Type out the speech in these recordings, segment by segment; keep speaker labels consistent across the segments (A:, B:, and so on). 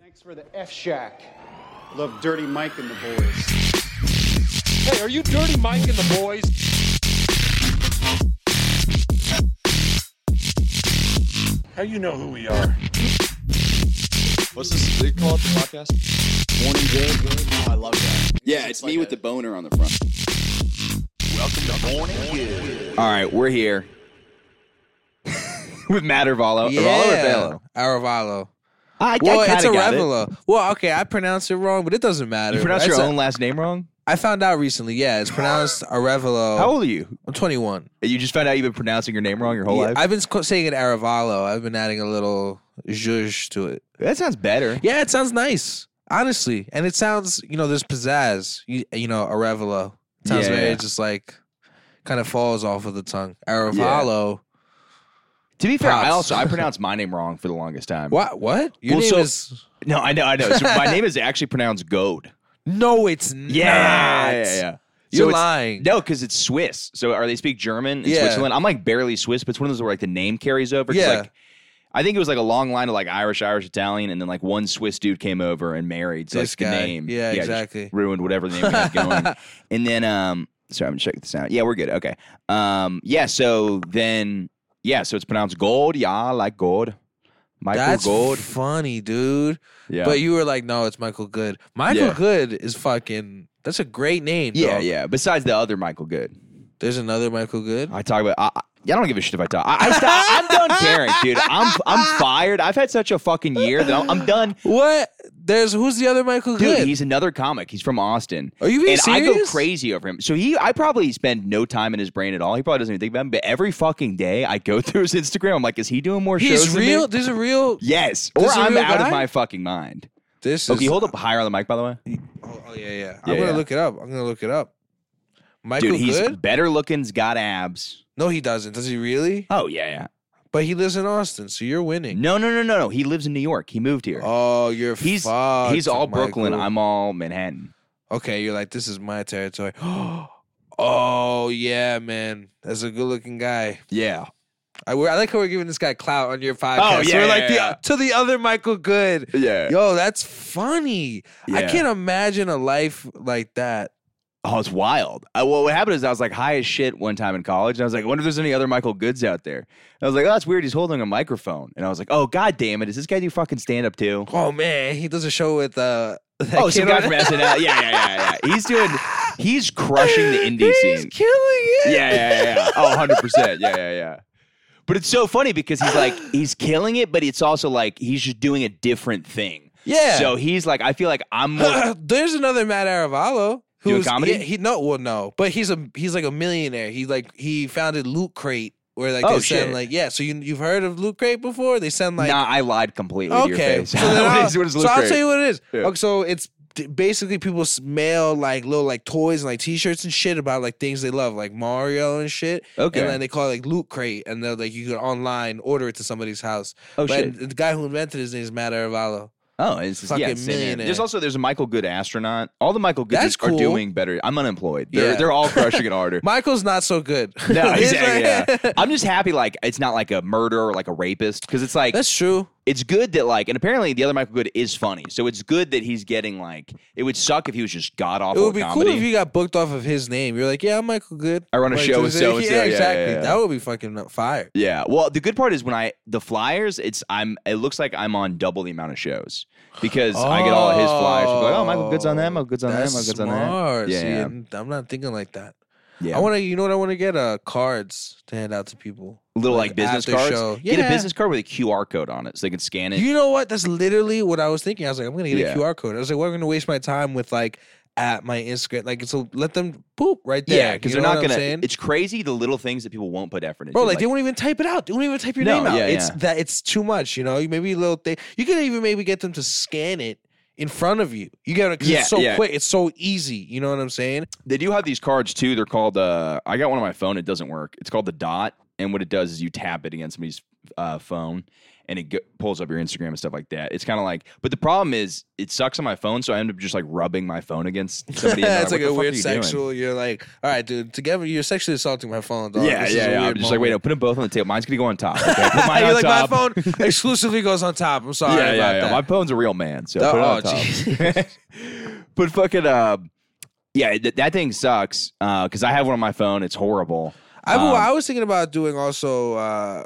A: Thanks for the F Shack. Love Dirty Mike and the boys.
B: Hey, are you Dirty Mike and the boys? How you know who we are?
C: What's this? They call it the podcast? Morning Good. I love that.
D: Yeah, it's me with the boner on the front.
C: Welcome to Morning Good.
D: All right, we're here with Matt Arvalo. Arvalo or Valo?
E: Aravalo.
D: I,
E: Well, it's Arevalo. Well, okay, I pronounced it wrong, but it doesn't matter.
D: You pronounce your
E: That's a-
D: own last name wrong?
E: I found out recently. Yeah, it's pronounced Arevalo.
D: How old are you?
E: I'm 21.
D: You just found out you've been pronouncing your name wrong your whole
E: Yeah,
D: life?
E: I've been sc- saying it Aravalo. I've been adding a little zhuzh to it.
D: that sounds better.
E: Yeah, it sounds nice, honestly, and it sounds you know there's pizzazz. You, you know Arevalo It sounds
D: Yeah.
E: very just like kind of falls off of the tongue. Aravalo.
D: To be fair, I
E: Props.
D: also I pronounced my name wrong for the longest time.
E: What? What? Your
D: Well,
E: name
D: so-
E: is?
D: No, I know, I know. So my name is actually pronounced Goad.
E: No, it's not.
D: yeah, yeah.
E: You're
D: it's-
E: lying.
D: No, because it's Swiss. So are they speak German in
E: Yeah.
D: Switzerland? I'm like barely Swiss, but it's one of those where like the name carries over. 'cause,
E: Yeah.
D: Like, I think it was like a long line of like Irish, Irish, Italian, and then like one Swiss dude came over and married. So
E: This
D: like the
E: guy.
D: name.
E: Yeah,
D: just
E: exactly.
D: Ruined whatever the name was going. And then um sorry, I'm checking this out. Yeah, we're good. Okay. Um yeah, so then yeah, so it's pronounced gold, yeah, like gold. Michael
E: That's
D: Gold.
E: funny, dude.
D: Yeah.
E: But you were like, no, it's Michael Good. Michael
D: Yeah.
E: Good is fucking. That's a great name.
D: yeah,
E: dog.
D: yeah. Besides the other Michael Good.
E: There's another Michael Good.
D: I talk about. I, I I don't give a shit if I talk. I, I st- I'm done caring, dude. I'm I'm fired. I've had such a fucking year that I'm, I'm done.
E: What? There's who's the other Michael
D: Dude,
E: Good?
D: he's another comic. He's from Austin.
E: Are you being
D: and I go
E: serious?
D: crazy over him. So he, I probably spend no time in his brain at all. He probably doesn't even think about him. But every fucking day, I go through his Instagram. I'm like, is he doing more shows?
E: He's
D: than me?
E: real. There's a real.
D: Yes. Or
E: This a
D: I'm
E: real
D: out
E: guy?
D: of my fucking mind.
E: This is.
D: Okay, hold up higher on the mic, by the way.
E: Oh, oh, yeah, yeah. I'm
D: Yeah,
E: gonna
D: yeah.
E: look it up. I'm gonna look it up. Michael
D: Dude, he's
E: Good?
D: better looking. has got abs.
E: No, he doesn't. Does he really?
D: Oh yeah, yeah.
E: But he lives in Austin, so you're winning.
D: No, no, no, no, no. He lives in New York. He moved here.
E: Oh, you're
D: he's
E: fucked,
D: he's all Brooklyn.
E: Michael.
D: I'm all Manhattan.
E: okay. You're like this is my territory. oh yeah, man. That's a good-looking guy.
D: Yeah.
E: I, we're, I like how we're giving this guy clout on your podcast.
D: Oh, yeah,
E: we're like
D: yeah,
E: the,
D: yeah.
E: to the other Michael Good.
D: Yeah.
E: Yo, that's funny. I
D: Yeah.
E: can't imagine a life like that.
D: Oh, it's wild. Uh, well, what happened is I was like high as shit one time in college, and I was like, I wonder if there's any other Michael Goods out there. And I was like, oh, that's weird. He's holding a microphone. And I was like, oh, god damn it. Does this guy do fucking stand up too?
E: Oh man, he does a show with uh. that
D: Oh, some
E: kid
D: guy
E: on-
D: from SNL. Yeah, yeah, yeah, yeah. He's doing, he's crushing the indie
E: He's
D: scene.
E: killing it.
D: Yeah, yeah, yeah, yeah. Oh, 100%. Yeah, yeah, yeah. But it's so funny because he's like, he's killing it, but it's also like, he's just doing a different thing.
E: Yeah.
D: So he's like, I feel like I'm more.
E: There's another Matt Aravalo.
D: Do a comedy?
E: yeah, he no, well, no, but he's a he's like a millionaire. He like he founded Loot Crate, where like
D: Oh,
E: they send
D: shit.
E: like yeah. So you you've heard of Loot Crate before? They send like
D: nah, I lied completely to your
E: okay.
D: face.
E: So, then
D: What
E: I'll,
D: is- what is
E: so
D: Luke
E: I'll
D: Cage?
E: tell you what it is.
D: Yeah.
E: Okay, so it's d- basically people s- mail like little like toys and like T-shirts and shit about like things they love, like Mario and shit.
D: Okay.
E: and then they call it like Loot Crate, and they're like you can online order it to somebody's house.
D: Oh,
E: but
D: shit.
E: The guy who invented his name is Matt Arevalo.
D: Oh, it's just, yeah,
E: Fucking
D: it's in there.
E: millionaire.
D: There's also there's a Michael Good astronaut. All the Michael Goods
E: That's
D: are
E: cool.
D: doing better. I'm unemployed. They're
E: Yeah.
D: they're all crushing it harder.
E: Michael's not so good.
D: no,
E: He's
D: exactly.
E: like-
D: yeah. I'm just happy like it's not like a murder or like a rapist because it's like
E: That's true.
D: it's good that like and apparently the other Michael Good is funny, so it's good that he's getting like it would suck if he was just god
E: It
D: awful.
E: would be
D: comedy.
E: cool if you got booked off of his name. You're like, yeah, I'm Michael Good.
D: I run a
E: Like,
D: show with
E: just-
D: so and so.
E: Yeah,
D: Yeah, yeah,
E: exactly.
D: yeah.
E: That would be fucking fire.
D: Yeah. Well, the good part is when I the flyers, it's I'm it looks like I'm on double the amount of shows because I get all of his flyers. It's like, oh, Michael Good's on that, Michael Good's on that,
E: That's
D: Michael Good's on
E: smart.
D: that.
E: See,
D: Yeah.
E: and I'm not thinking like that.
D: yeah.
E: I want to, you know what I want to get? Uh, cards to hand out to people.
D: little like, business
E: after
D: cards.
E: show.
D: Get a
E: Yeah.
D: business card with a QR code on it so they can scan it.
E: You know what? That's literally what I was thinking. I was like, I'm gonna get
D: Yeah.
E: a QR code. I was like, well, I'm gonna waste my time with like at my Instagram. Like, so let them boop right there.
D: yeah, because
E: You
D: they're
E: know
D: not
E: what I'm
D: gonna.
E: saying?
D: It's crazy the little things that people won't put effort into.
E: Bro, like, they won't even type it out. They won't even type your
D: No,
E: name out.
D: yeah,
E: it's
D: yeah.
E: that it's too much, you know. You maybe a little thing. You can even maybe get them to scan it in front of you. You got it 'cause
D: Yeah,
E: it's so
D: yeah.
E: quick. It's so easy. You know what I'm saying?
D: they do have these cards too. They're called. Uh, I got one on my phone. It doesn't work. It's called the dot, and what it does is you tap it against somebody's uh, phone, and it go- pulls up your Instagram and stuff like that. It's kind of like, but the problem is it sucks on my phone, so I end up just like rubbing my phone against somebody. and I'm
E: it's like,
D: "What the
E: a
D: fuck
E: weird
D: are you doing?"
E: sexual. You're like, all right, dude, together you're sexually assaulting my phone. Dog.
D: Yeah,
E: This is a
D: yeah, yeah. I'm
E: weird
D: just like, wait, no,
E: moment.
D: put them both on the table. Mine's gonna go on top. Okay, put mine
E: You're
D: on
E: like
D: top.
E: my phone exclusively goes on top. I'm sorry
D: yeah,
E: about
D: yeah, yeah.
E: that.
D: My phone's a real man, so
E: Oh,
D: put it
E: oh,
D: on top. but fucking, uh, yeah, th- that thing sucks because I have one on my phone. It's horrible.
E: I,
D: Um,
E: I was thinking about doing also uh,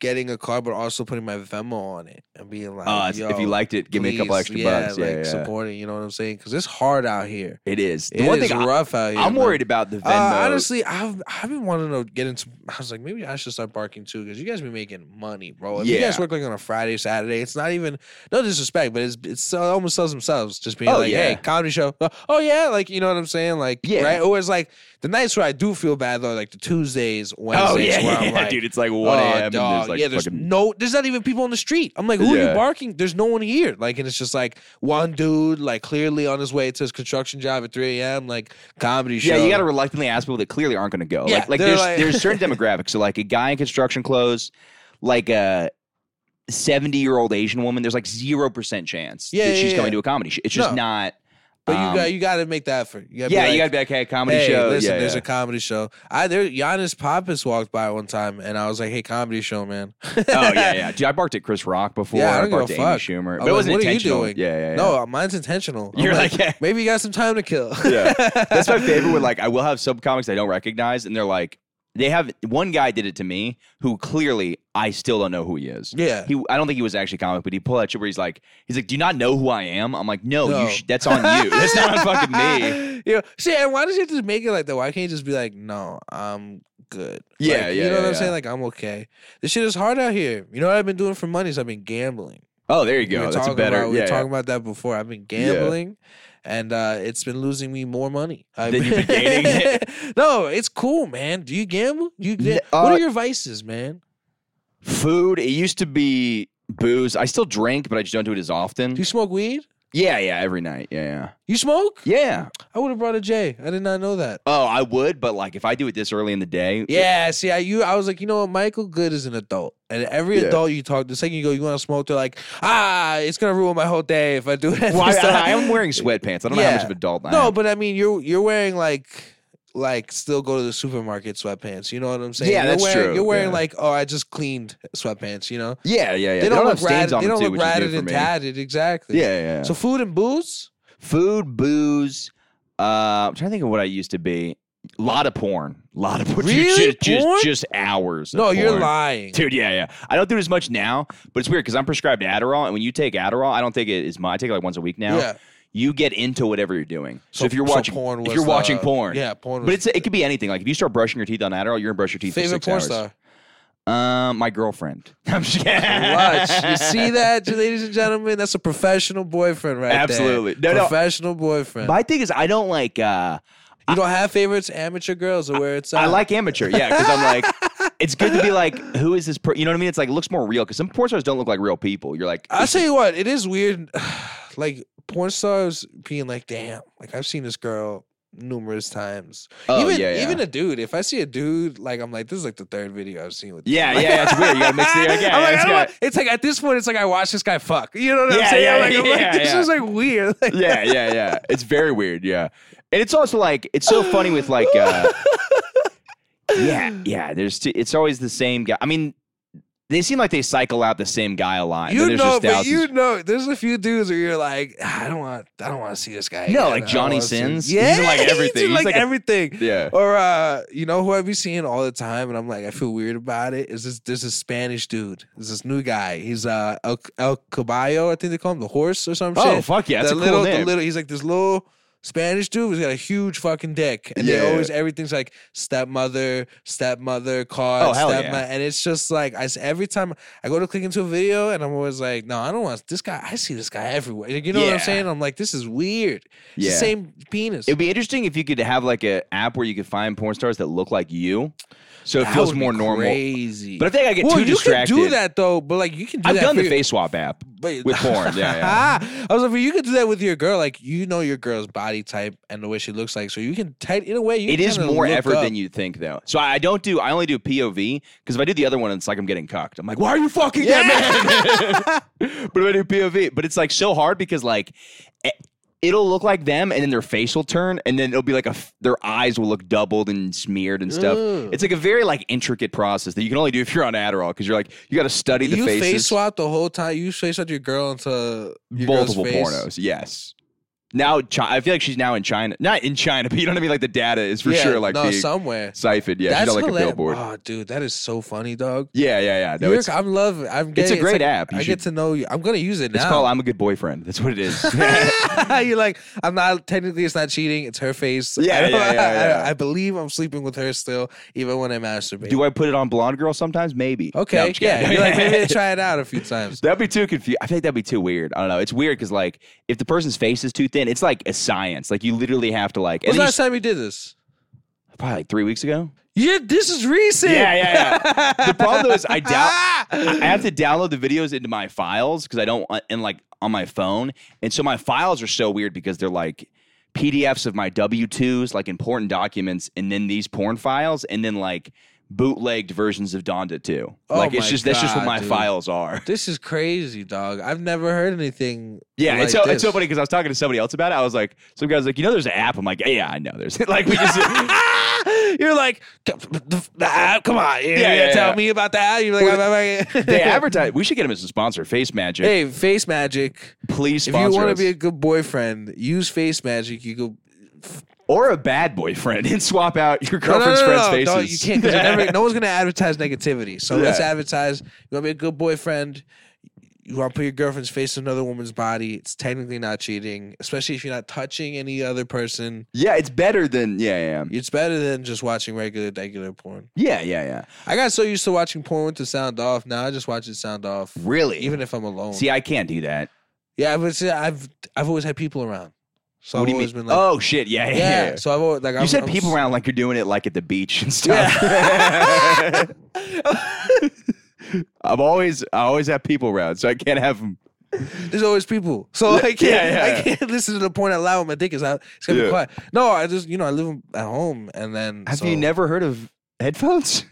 E: getting a car, but also putting my Venmo on it and being like,
D: Uh, if- if you
E: "Yo,
D: liked it, give me a couple
E: please,"
D: extra
E: yeah,
D: bucks. Yeah,
E: like
D: yeah.
E: supporting. You know what I'm saying? Because it's hard out here.
D: It is.
E: It
D: The
E: is
D: one thing I,
E: rough out here.
D: I'm
E: man.
D: worried about the Venmo.
E: Uh, honestly, I've I've been wanting to get into. I was like, maybe I should start barking too, because you guys be making money, bro. If you guys
D: Yeah.
E: work like on a Friday, Saturday, it's not even no disrespect, but it's it's it almost sells themselves. Just being
D: Oh,
E: like,
D: yeah.
E: hey, comedy show. Oh, Oh yeah, like you know what I'm saying, like
D: Yeah.
E: right. Or it's like the nights where I do feel bad though, like the Tuesdays, Wednesdays,
D: oh yeah,
E: where
D: yeah,
E: I'm like,
D: dude. It's like
E: oh,
D: one a.m. and
E: dog,
D: there's like
E: yeah, there's
D: fucking.
E: no, there's not even people on the street. I'm like, who are
D: Yeah.
E: you barking? There's no one here. Like, and it's just like one dude, like clearly on his way to his construction job at 3 a.m. Like comedy show.
D: Yeah, you got to reluctantly ask people that clearly aren't going to go.
E: Yeah,
D: like, like
E: they're
D: there's
E: like-
D: there's certain demographics. So like a guy in construction clothes, like a seventy year old Asian woman. There's like zero percent chance
E: Yeah,
D: that
E: yeah,
D: she's coming
E: yeah.
D: to a comedy show. It's just
E: No.
D: not.
E: But
D: um,
E: you got you got to make the effort. You gotta
D: yeah,
E: be
D: you got
E: like,
D: to be like, hey, comedy
E: hey,
D: show.
E: Listen,
D: yeah,
E: there's
D: yeah.
E: a comedy show. I there Giannis Pappas walked by one time, and I was like, hey, comedy show, man. oh
D: oh yeah, yeah. Dude, I barked at Chris Rock before.
E: Yeah, I
D: I,
E: don't give
D: barked
E: a
D: at Amy
E: fuck.
D: Schumer.
E: I'm
D: But
E: like,
D: it wasn't
E: what are you
D: intentional.
E: doing?
D: Yeah, yeah, yeah.
E: No, mine's intentional. I'm
D: You're like, yeah.
E: maybe you got some time to kill.
D: Yeah. That's my favorite when like I will have some comics I don't recognize and they're like they have one guy did it to me who clearly I still don't know who he is.
E: Yeah.
D: He I don't think he was actually a comic, but he pulled that shit where he's like he's like, Do you not know who I am? I'm like, No,
E: No.
D: you sh- that's on you. That's not on fucking me.
E: You know, see, and why does he have to make it like that? Why can't he just be like, no, I'm good?
D: Yeah,
E: Like, You
D: yeah,
E: know what
D: yeah,
E: I'm
D: yeah.
E: saying? Like, I'm okay. This shit is hard out here. You know what I've been doing for money is I've been gambling.
D: Oh, there
E: We
D: you go.
E: were
D: that's a
E: talking
D: better
E: about- we
D: yeah,
E: were talking about that before. I've been
D: Yeah.
E: gambling, and uh, it's been losing me more money I've
D: Than you've been gaining?
E: no, it's cool, man. Do you gamble? Do you ga-
D: N-
E: what
D: uh,
E: are your vices, man?
D: Food, it used to be booze. I still drink, but I just don't do it as often.
E: Do you smoke weed?
D: Yeah, yeah, every night. Yeah.
E: You smoke?
D: Yeah. Yeah.
E: I would have brought a J. I did not know that.
D: Oh, I would, but like if I do it this early in the day,
E: Yeah, see, I you I was like, you know what, Michael Good is an adult, and every
D: Yeah.
E: adult you talk, the second you go, you want to smoke, they're like, ah, it's gonna ruin my whole day if I do that.
D: Well, I, I am wearing sweatpants. I don't know how much
E: Yeah.
D: of an adult I am.
E: No, but I mean, you're you're wearing like like still go to the supermarket sweatpants. You know what I'm saying?
D: Yeah,
E: you're
D: that's
E: wearing,
D: true,
E: You're wearing
D: yeah.
E: like oh, I just cleaned sweatpants. You know,
D: Yeah, yeah, yeah. They,
E: look
D: have
E: ratted-
D: stains on
E: they
D: them
E: don't
D: too,
E: look
D: which is good
E: ratted
D: for
E: and
D: me.
E: tatted. Exactly.
D: Yeah, yeah. yeah.
E: So food and booze.
D: food, booze. Uh, I'm trying to think of what I used to be. A lot of porn. A lot of porn. Ju-
E: Really?
D: Just, just,
E: Porn?
D: just hours. of
E: No, you're
D: porn.
E: lying.
D: Dude, yeah, yeah. I don't do it as much now, but it's weird because I'm prescribed Adderall, and when you take Adderall, I don't take it as much. I take it like once a week now.
E: Yeah.
D: You get into whatever you're doing. So, if you're
E: so
D: watching,
E: porn
D: if
E: was
D: you're watching
E: the-
D: porn,
E: yeah, porn. Was
D: But it's it could be anything. Like if you start brushing your teeth on Adderall, you're gonna brush your teeth for
E: favorite
D: six
E: porn
D: hours.
E: star.
D: Um, my girlfriend. I'm just kidding.
E: Watch. You see that, ladies and gentlemen? That's a professional boyfriend right
D: Absolutely.
E: there.
D: No, no.
E: Professional boyfriend.
D: My thing is, I don't like. uh
E: you don't have favorites? Amateur girls are where it's at.
D: I like amateur, yeah, because I'm like, it's good to be like, who is this? Per-? You know what I mean? It's like it looks more real because some porn stars don't look like real people. You're like,
E: I'll tell you what, it is weird. Like porn stars being like, damn, like I've seen this girl numerous times.
D: Oh,
E: even
D: yeah, yeah.
E: even a dude. If I see a dude, like I'm like, this is like the third video I've seen with this
D: yeah,
E: guy.
D: yeah, yeah, it's weird. You gotta mix the yeah,
E: I'm like,
D: yeah,
E: I
D: this
E: don't
D: guy-
E: want- it's like at this point, it's like I watched this guy fuck. You know what I'm
D: Yeah,
E: saying? I'm
D: yeah,
E: like, I'm like,
D: yeah,
E: this
D: yeah.
E: is like weird. Like,
D: yeah, yeah, yeah. It's very weird. Yeah, and it's also like it's so funny with like, uh yeah, yeah. There's t- it's always the same guy. I mean, they seem like they cycle out the same guy a lot. and
E: You
D: then there's
E: know,
D: just
E: but
D: thousands.
E: you know, there's a few dudes where you're like, "Ah, I don't want, I don't want to see this guy.
D: No,
E: again.
D: like
E: I don't
D: Johnny
E: wanna see-"
D: Sins. He's in,
E: Yeah,
D: like, everything.
E: He's in,
D: He's
E: like,
D: like a-
E: everything.
D: yeah.
E: Or uh, you know who I be seeing all the time, and I'm like, I feel weird about it. Is this there's a Spanish dude? There's this new guy? He's uh El, El Caballo, I think they call him the horse or some
D: Oh
E: shit.
D: fuck yeah, that's
E: that
D: a cool
E: little,
D: name.
E: the little, he's like this little. Spanish dude who's got a huge fucking dick, and
D: Yeah.
E: they always everything's like stepmother, stepmother, car,
D: Oh, hell yeah.
E: stepmother, and it's just like I s- every time I go to click into a video, and I'm always like, no, I don't want this guy. I see this guy everywhere. Like, you know what I'm
D: Yeah.
E: saying? I'm like, this is weird. It's
D: Yeah.
E: the same penis.
D: It'd be interesting if you could have like an app where you could find porn stars that look like you, so it
E: That
D: feels
E: would be
D: more normal.
E: Crazy.
D: But I think I get
E: well,
D: too
E: you
D: distracted.
E: can do that though. But like you can do
D: I've
E: that.
D: done
E: for
D: the
E: your-
D: face swap app
E: but-
D: with porn. Yeah, yeah.
E: I was like, but you could do that with your girl. Like you know your girl's body type and the way she looks like. So you can tight in a way. You
D: It
E: can
D: is
E: kinda
D: more
E: look
D: effort
E: up.
D: than you think, though. So I I don't do. I only do POV because if I do the other one, it's like I'm getting cucked. I'm like, why are you fucking that man? but if I do POV, but it's like so hard because like eh, it'll look like them, and then their face will turn, and then it'll be like a f- their eyes will look doubled and smeared and stuff.
E: Ugh.
D: It's like a very like intricate process that you can only do if you're on Adderall because you're like you got to study the
E: you
D: faces.
E: face swap the whole time. You face swap your girl into your girl's
D: multiple
E: face.
D: pornos. Yes. Now Chi- I feel like she's now in China, not in China, but you know what I mean. Like the data is for
E: Yeah,
D: sure like
E: no
D: being
E: somewhere.
D: siphoned. Yeah, she's
E: That's
D: on like
E: hilarious.
D: a billboard.
E: Oh, dude, that is so funny, dog.
D: Yeah, yeah, yeah. No,
E: You're-
D: it's,
E: I'm love. I'm
D: it's
E: getting.
D: a great
E: like,
D: app. You
E: I
D: should-
E: get to know you. I'm gonna use it now.
D: it's called I'm a Good Boyfriend. That's what it is.
E: You're like, I'm not technically it's not cheating, it's her face.
D: Yeah,
E: I, don't-
D: yeah, yeah, yeah.
E: I, I believe I'm sleeping with her still, even when I masturbate.
D: Do I put it on Blonde Girl sometimes? Maybe. No,
E: Okay,
D: I'm just
E: yeah.
D: kidding.
E: You're like, maybe I try it out a few times.
D: That'd be too confused. I think that'd be too weird. I don't know. It's weird because like if the person's face is too thin, it's like a science. Like you literally have to like. And
E: When's the
D: then you
E: last time you did this?
D: s- probably like three weeks ago.
E: Yeah, this is recent.
D: yeah, yeah. the problem though is I doubt
E: Ah!
D: I I have to download the videos into my files because I don't and like on my phone, and so my files are so weird because they're like PDFs of my W twos, like important documents, and then these porn files, and then like bootlegged versions of Donda too.
E: Oh
D: like it's
E: my
D: just that's just what
E: God,
D: my
E: dude.
D: files are.
E: This is crazy, dog. I've never heard anything.
D: Yeah,
E: like
D: it's so it's
E: this.
D: so funny because I was talking to somebody else about it. I was like, some guy's like, you know, there's an app. I'm like, yeah, I know. There's like we just
E: You're like, "The- the the app, come on. Yeah,
D: Yeah,
E: yeah,
D: yeah,
E: tell
D: yeah.
E: me about the app. You're like, I'm, I'm,
D: they advertise. We should get him as a sponsor. Face Magic,
E: Hey, face magic.
D: please
E: If
D: sponsor
E: you want to
D: us.
E: be a good boyfriend, use face magic. You go.
D: or a bad boyfriend and swap out your
E: No, no,
D: girlfriend's
E: no, no,
D: friend's
E: no,
D: faces.
E: No, you can't. 'cause you're never- no one's gonna advertise negativity. So let's
D: Yeah.
E: advertise. You want to be a good boyfriend. You want to put your girlfriend's face in another woman's body. It's technically not cheating, especially if you're not touching any other person.
D: Yeah, it's better than yeah, yeah,
E: It's better than just watching regular, regular porn.
D: yeah, yeah, yeah.
E: I got so used to watching porn with the sound off. Now I just watch it sound off,
D: Really?
E: even if I'm alone.
D: See, I can't do that.
E: yeah, but see, I've I've always had people around, so
D: what
E: I've
D: do you
E: always
D: mean?
E: been like,
D: oh shit! Yeah, yeah.
E: yeah.
D: yeah.
E: So I've always like
D: you
E: I'm,
D: said
E: I'm
D: people
E: s-
D: around like you're doing it like at the beach and stuff. I'm always I always have people around, so I can't have them.
E: There's always people, so I can't.
D: yeah, yeah.
E: I can't listen to the point out loud when my dick is out. It's gonna
D: Yeah.
E: be quiet. No, I just you know I live at home, and then
D: Have
E: so-
D: you never heard of headphones?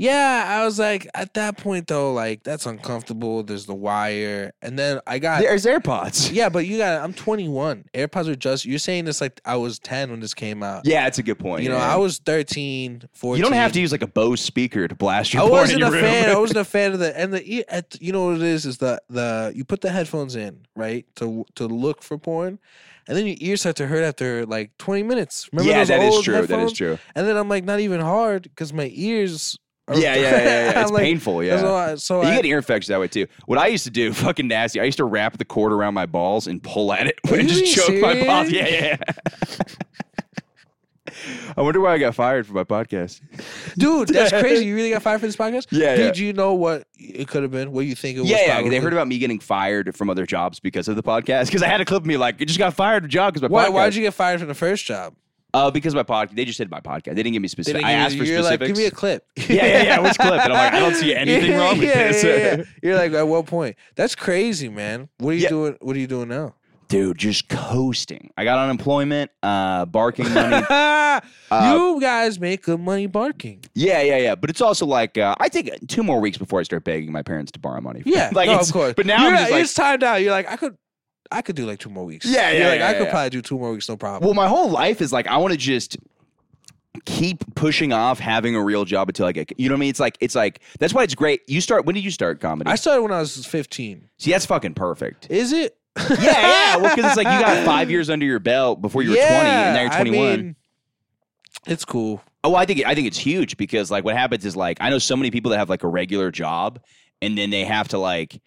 E: Yeah, I was like at that point though, like that's uncomfortable. There's the wire, and then I got
D: There's AirPods.
E: yeah, but you got I'm 21. AirPods are just you're saying this like I was 10 when this came out.
D: Yeah, it's a good point.
E: you know
D: yeah.
E: I was 13, 14.
D: You don't have to use like a Bose speaker to blast your
E: I
D: porn in
E: wasn't
D: your
E: a
D: room.
E: fan. I wasn't a fan of the and the e- at, you know what it is is the the you put the headphones in right to to look for porn, and then your ears start to hurt after like twenty minutes. Remember
D: yeah,
E: those
D: that
E: old
D: is true. That is
E: headphones?
D: true.
E: And then I'm like not even hard because my ears. Are
D: Yeah, yeah, yeah, yeah.
E: I'm
D: It's
E: like-
D: painful. Yeah.
E: that's why I- So
D: You
E: I,
D: get ear infections that way too. What I used to do, fucking nasty. I used to wrap the cord around my balls and pull at it
E: Are
D: and
E: you
D: just
E: being
D: choke my balls. Yeah,
E: serious?
D: yeah. yeah. I wonder why I got fired for my podcast.
E: dude, that's crazy. You really got fired for this podcast?
D: Yeah,
E: Did
D: yeah.
E: you know what it could have been? What you think it was?
D: Yeah, yeah.
E: probably?
D: They heard about me getting fired from other jobs because of the podcast. Because I had a clip of me like, "You just got fired from job because my
E: Why?
D: podcast."
E: Why'd you get fired from the first job?
D: Uh, because my podcast. They just said my podcast. They didn't give me
E: They
D: specific.
E: didn't
D: I
E: give you-
D: asked for
E: you're like,
D: specifics.
E: give me a clip.
D: yeah, yeah, yeah. Which clip? And I'm like, I don't see anything
E: Yeah,
D: wrong with
E: yeah,
D: this.
E: yeah, yeah. You're like, at what point? That's crazy, man. What are you
D: Yeah.
E: doing? What are you doing now?
D: Dude, just coasting. I got unemployment, uh, barking money, Uh,
E: you guys make good money barking.
D: Yeah, yeah, yeah. But it's also like uh, I take two more weeks before I start begging my parents to borrow money.
E: Yeah,
D: like
E: no,
D: it's-
E: of course.
D: But now
E: You're
D: I'm
E: not-
D: just like,
E: it's timed out. You're like, I could, I could do like two more weeks.
D: Yeah, yeah,
E: You're like,
D: yeah,
E: I
D: yeah,
E: could
D: yeah.
E: probably do two more weeks, no problem.
D: well, my whole life is like I want to just keep pushing off having a real job until I get. You know what I mean? It's like it's like that's why it's great. You start when did you start comedy?
E: I started when I was 15.
D: See, that's fucking perfect.
E: Is it?
D: yeah, yeah. Well, because it's like you got five years under your belt before you were twenty, and now you're
E: I
D: twenty-one.
E: mean, it's cool.
D: Oh, I think I think it's huge because like what happens is like I know so many people that have like a regular job and then they have to like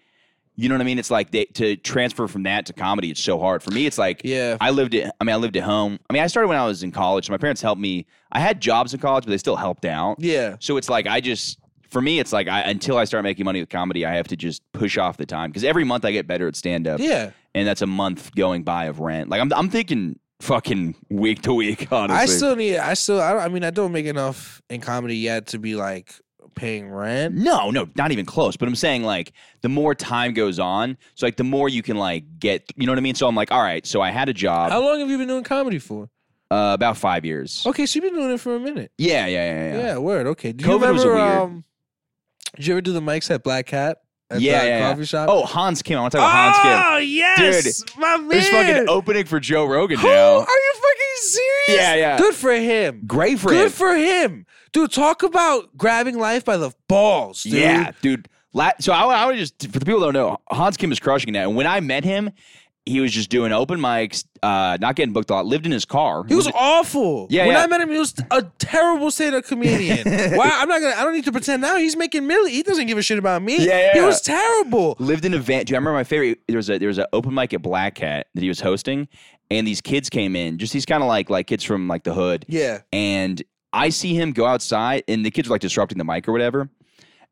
D: you know what I mean? It's like they to transfer from that to comedy it's so hard. For me it's like
E: Yeah.
D: I lived at I mean I lived at home. I mean I started when I was in college. So my parents helped me. I had jobs in college but they still helped out.
E: Yeah.
D: So it's like I just for me it's like I until I start making money with comedy I have to just push off the time because every month I get better at stand up
E: Yeah.
D: and that's a month going by of rent. Like I'm I'm thinking fucking week to week honestly.
E: I still need. I still. I, don't, I mean, I don't make enough in comedy yet to be like paying rent.
D: No, no, not even close. But I'm saying like the more time goes on, so like the more you can like get, you know what I mean. So I'm like, all right, so I had a job
E: How long have you been doing comedy for?
D: uh, about five years.
E: Okay, so you've been doing it for a minute.
D: Yeah, yeah, yeah,
E: Yeah,
D: yeah.
E: word. Okay. Do you
D: COVID
E: remember?
D: was a weird-
E: Um, did you ever do the mics at Black Cat? At
D: Yeah,
E: the
D: yeah, yeah.
E: coffee shop.
D: Oh, Hans Kim. I want to talk about Hans Kim.
E: Oh, yes, my man.
D: There's fucking opening for Joe Rogan
E: Who?
D: now.
E: Are you fucking serious?
D: Yeah, yeah.
E: Good for him.
D: Great for
E: Good
D: him.
E: for him, dude. Talk about grabbing life by the balls, dude.
D: Yeah, dude. La- so I, I would just for the people who don't know, Hans Kim is crushing now. And when I met him, he was just doing open mics, uh, not getting booked a lot. Lived in his car.
E: He was awful.
D: Yeah,
E: When
D: yeah.
E: I met him, he was a terrible stand-up comedian. Why? I'm not gonna. I don't need to pretend now. He's making millions. He doesn't give a shit about me.
D: Yeah, yeah,
E: He
D: yeah.
E: was terrible.
D: lived in a van. Do you remember my favorite? There was a there was an open mic at Black Cat that he was hosting, and these kids came in, just these kind of like like kids from like the hood,
E: Yeah.
D: and I see him go outside, and the kids were like disrupting the mic or whatever.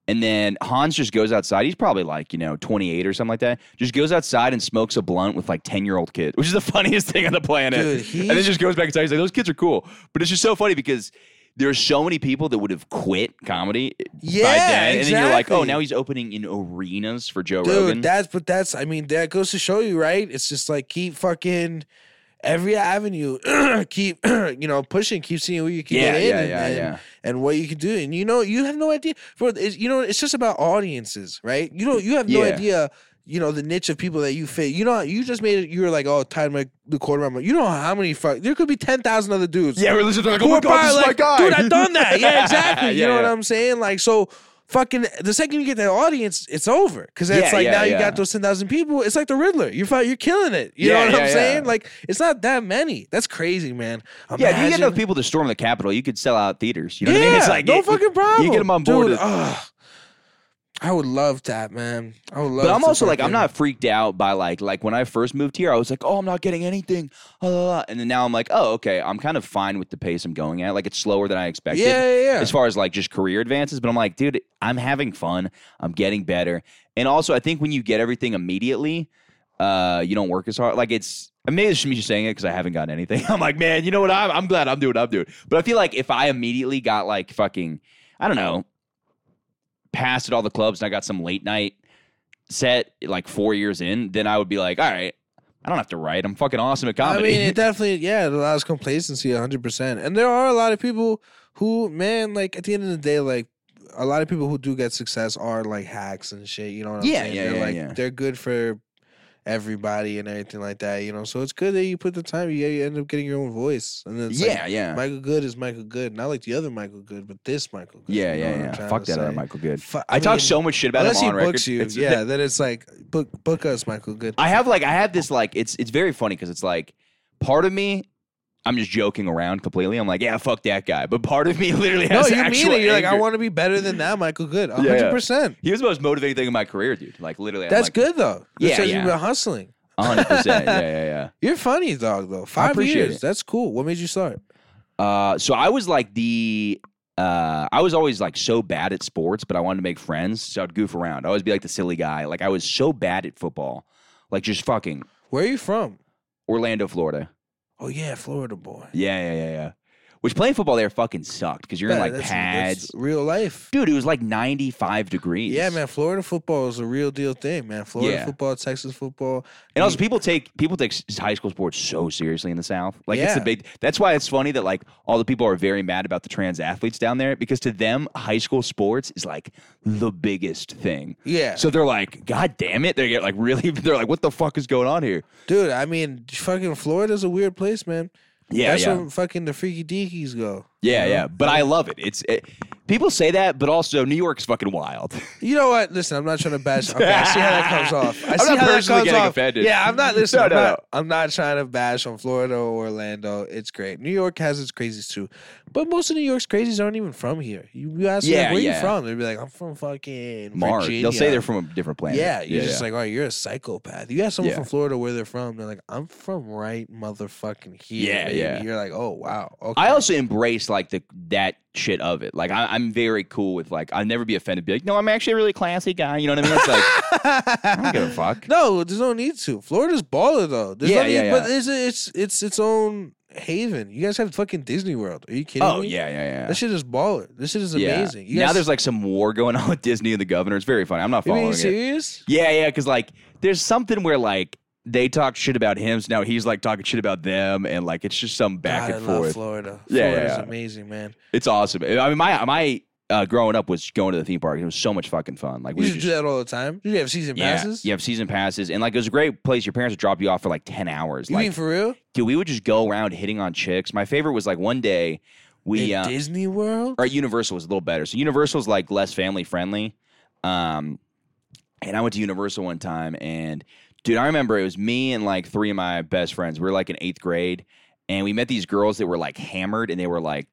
D: And then Hans just goes outside. He's probably like, you know, 28 or something like that. Just goes outside and smokes a blunt with like 10 year old kid, which is the funniest thing on the planet.
E: Dude,
D: and then
E: he's-
D: just goes back inside. He's like, those kids are cool. But it's just so funny because there's so many people that would have quit comedy. by
E: Yeah,
D: then. And then you're like, oh,
E: exactly.
D: now he's opening in arenas for Joe
E: Dude,
D: Rogan.
E: that's but that's I mean that goes to show you, right? It's just like keep fucking every avenue, keep you know pushing, keep seeing where you can
D: Yeah,
E: get in,
D: yeah,
E: and,
D: yeah,
E: and,
D: yeah.
E: and what you can do. And you know, you have no idea, bro. It's, you know, it's just about audiences, right? You know, you have no
D: Yeah.
E: idea. You know the niche of people that you fit. You know you just made it. You were like, "Oh, tied my the quarter round. You know how many fuck? There could be ten thousand other dudes.
D: yeah, we're listening to like, oh
E: Who
D: my
E: are
D: God, this
E: probably
D: is my
E: like,
D: guy.
E: dude, I've done that. Yeah, exactly. you
D: Yeah,
E: know what
D: yeah.
E: I'm saying? Like, so fucking the second you get that audience, it's over. Because it's
D: Yeah,
E: like
D: yeah,
E: now you
D: yeah.
E: got those ten thousand people. It's like the Riddler. You're fi- you're killing it. You
D: Yeah,
E: know what
D: yeah,
E: I'm
D: yeah.
E: saying? Like, it's not that many. That's crazy, man.
D: Yeah, if you get
E: Imagine-
D: enough people to storm the Capitol, you could sell out theaters. You know what I mean? It's like
E: no
D: it-
E: fucking problem.
D: You get them on board.
E: Dude,
D: it-
E: ugh. I would love that, man. I would love.
D: but I'm
E: to
D: also like, I'm
E: fucking-
D: not freaked out by like, like when I first moved here, I was like, oh, I'm not getting anything, Ah, la, la, la. and then now I'm like, oh, okay, I'm kind of fine with the pace I'm going at. Like it's slower than I expected.
E: Yeah, yeah, yeah.
D: As far as like just career advances, but I'm like, dude, I'm having fun. I'm getting better, and also I think when you get everything immediately, uh, you don't work as hard. Like it's. and Maybe it's just me just saying it because I haven't gotten anything. I'm like, man, you know what? I'm, I'm glad I'm doing what I'm doing. But I feel like if I immediately got like fucking, I don't know, passed at all the clubs and I got some late night set like four years in, then I would be like, all right, I don't have to write. I'm fucking awesome at
E: I
D: comedy.
E: mean, it definitely, yeah, it allows complacency 100%. And there are a lot of people who, man, like at the end of the day, like a lot of people who do get success are like hacks and shit. You know what I'm
D: Yeah,
E: saying?
D: yeah,
E: they're
D: yeah,
E: like,
D: yeah.
E: they're good for everybody and everything like that, you know? So it's good that you put the time, you, you end up getting your own voice. And then it's like,
D: yeah, yeah,
E: Michael Good is Michael Good. Not like the other Michael Good, but this Michael Good.
D: yeah,
E: you know
D: yeah,
E: what I'm
D: yeah.
E: trying
D: Fuck
E: to
D: that other
E: say?
D: Michael Good.
E: Fu-
D: I, talk
E: mean,
D: so much shit about
E: Unless
D: him
E: he
D: on record.
E: books you,
D: It's-
E: yeah, then it's like, book, book us, Michael Good.
D: I have like I have this like it's it's very funny because it's like part of me. I'm just joking around completely. I'm like, yeah, fuck that guy. But part of me literally
E: no,
D: has
E: you mean it.
D: actual
E: You're like, I
D: anger.
E: want to be better than that, Michael Good.
D: yeah.
E: 100%.
D: He was the most motivating thing in my career, dude. Like literally, I'm
E: That's
D: like,
E: good though. That
D: Yeah,
E: shows
D: yeah.
E: you've been hustling.
D: 100. percent Yeah, yeah, yeah.
E: You're funny, dog. Though five
D: appreciate
E: years,
D: it.
E: that's cool. What made you start?
D: Uh, so I was like the uh, I was always like so bad at sports, but I wanted to make friends, so I'd goof around. I always be like the silly guy. Like I was so bad at football, like just fucking
E: Where are you from?
D: Orlando, Florida.
E: Oh yeah, Florida boy.
D: Yeah, yeah, yeah, yeah. Which playing football there fucking sucked because you're
E: Yeah,
D: in like
E: that's-
D: pads.
E: that's real life.
D: Dude, it was like 95 degrees.
E: Yeah, man. Florida football is a real deal thing, man. Florida
D: Yeah.
E: football, Texas football.
D: And also, people take people take s- high school sports so seriously in the South. Like it's the
E: Yeah.
D: big. That's why it's funny that like all the people are very mad about the trans athletes down there because to them, high school sports is like the biggest thing.
E: Yeah.
D: So they're like, God damn it! They get like really. They're like, what the fuck is going on here?
E: Dude, I mean, fucking Florida's a weird place, man.
D: Yeah,
E: that's
D: yeah,
E: where fucking the freaky deakies go.
D: yeah, yeah. But I love it. It's it, people say that, but also New York's fucking wild.
E: You know what? Listen, I'm not trying to bash. Okay, I see how that comes off. I
D: I'm
E: see
D: not
E: how that
D: personally
E: comes
D: getting
E: off.
D: offended.
E: Yeah, I'm not listening.
D: No,
E: I'm,
D: no,
E: not, I'm not trying to bash on Florida or Orlando. It's great. New York has its crazies too, but most of New York's crazies aren't even from here. You, you ask
D: Yeah,
E: them where
D: yeah.
E: you from, they'd be like, "I'm from fucking
D: Mars. They'll say
E: Virginia."
D: they're from a different planet.
E: Yeah, you're just like, oh, you're a psychopath. You ask someone
D: Yeah.
E: from Florida where they're from, they're like, I'm from right motherfucking here.
D: Yeah,
E: baby."
D: yeah.
E: You're like, oh wow. Okay.
D: I also embrace like the that shit of it. Like I, I'm very cool with like I'll never be offended. Be like, no, I'm actually a really classy guy. You know what I mean? It's like I don't give a fuck.
E: No, there's no need to. Florida's baller though. There's
D: Yeah,
E: no need,
D: yeah,
E: But
D: yeah.
E: it's it's it's its own Haven. You guys have fucking Disney World. Are you kidding
D: Oh
E: me?
D: yeah, yeah, yeah.
E: That shit is baller. This shit is
D: Yeah.
E: amazing. You
D: now
E: guys-
D: there's like some war going on with Disney and the governor. It's very funny. I'm not
E: You
D: following
E: being
D: it.
E: serious?
D: Yeah, yeah, because like there's something where like they talk shit about him, so now he's like talking shit about them, and like it's just some back
E: God,
D: and
E: I love
D: forth.
E: Florida.
D: Yeah, yeah,
E: Florida's
D: yeah.
E: amazing, man.
D: It's awesome. I mean, my my uh, growing up was going to the theme park. It was so much fucking fun. Like
E: You
D: we
E: should
D: just,
E: do that all the time. You have season
D: yeah,
E: passes.
D: you have season passes, and like it was a great place. Your parents would drop you off for like ten hours.
E: You
D: like,
E: mean for real?
D: dude, we would just go around hitting on chicks. My favorite was like one day we
E: In
D: uh,
E: Disney World.
D: or Universal was a little better. So Universal's like less family friendly. Um, and I went to Universal one time, and dude, I remember it was me and like three of my best friends. We were like in eighth grade, and we met these girls that were like hammered, and they were like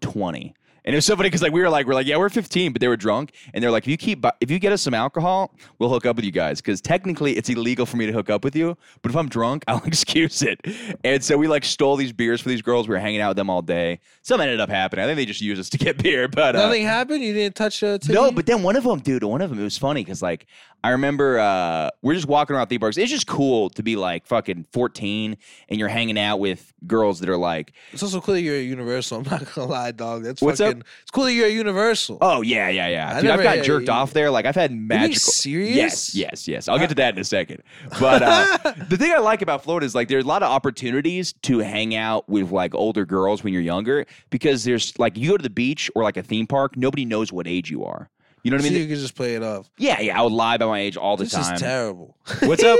D: twenty. And it was so funny because like we were like we're like yeah we're 15 but they were drunk and they're like if you keep bu- if you get us some alcohol we'll hook up with you guys because technically it's illegal for me to hook up with you but if I'm drunk I'll excuse it and so we like stole these beers for these girls we were hanging out with them all day some ended up happening I think they just used us to get beer but uh,
E: Nothing happened. You didn't touch uh, the. Titty?
D: no, but then one of them, dude, one of them, it was funny because like I remember uh, we're just walking around theme parks. It's just cool to be like fucking 14 and you're hanging out with girls that are like,
E: it's also cool that you're at Universal. I'm not gonna lie, dog. That's
D: What's up?
E: fucking. It's cool that you're at Universal.
D: oh yeah, yeah, yeah.
E: I
D: dude,
E: never-
D: I've gotten jerked off there. Like I've had
E: being
D: magical.
E: serious?
D: Yes, yes, yes. I'll get to that in a second. But uh, the thing I like about Florida is like there's a lot of opportunities to hang out with like older girls when you're younger because there's like you go to the beach or like a theme park, nobody knows what age you are. You know what
E: so
D: I mean?
E: you can just play it off.
D: yeah, yeah. I would lie about my age all the
E: This
D: time.
E: is terrible.
D: What's up?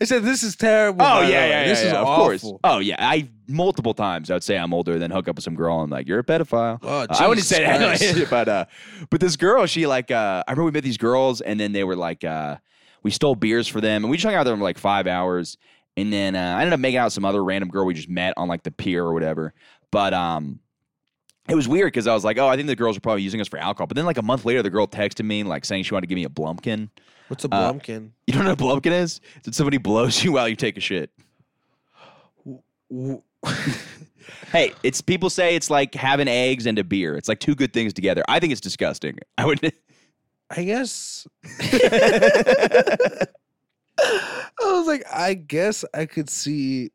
E: I said this is terrible.
D: Oh
E: by the
D: yeah,
E: way.
D: yeah,
E: This
D: yeah,
E: is
D: yeah, of course.
E: awful.
D: Oh yeah, I multiple times I'd say I'm older than hook up with some girl and like you're a pedophile.
E: Oh,
D: I wouldn't
E: Jesus
D: say that,
E: Christ.
D: but uh, but this girl, she like uh, I remember we met these girls and then they were like uh, we stole beers for them and we just hung out there for like five hours and then uh, I ended up making out with some other random girl we just met on like the pier or whatever. But um, it was weird because I was like, oh, I think the girls are probably using us for alcohol. But then like a month later, the girl texted me like saying she wanted to give me a blumpkin.
E: What's a
D: Uh,
E: blumpkin?
D: You don't know what a blumpkin is? It's when somebody blows you while you take a shit.
E: W-
D: Hey, it's people say it's like having eggs and a beer. It's like two good things together. I think it's disgusting. I would.
E: I guess. I was like, I guess I could see.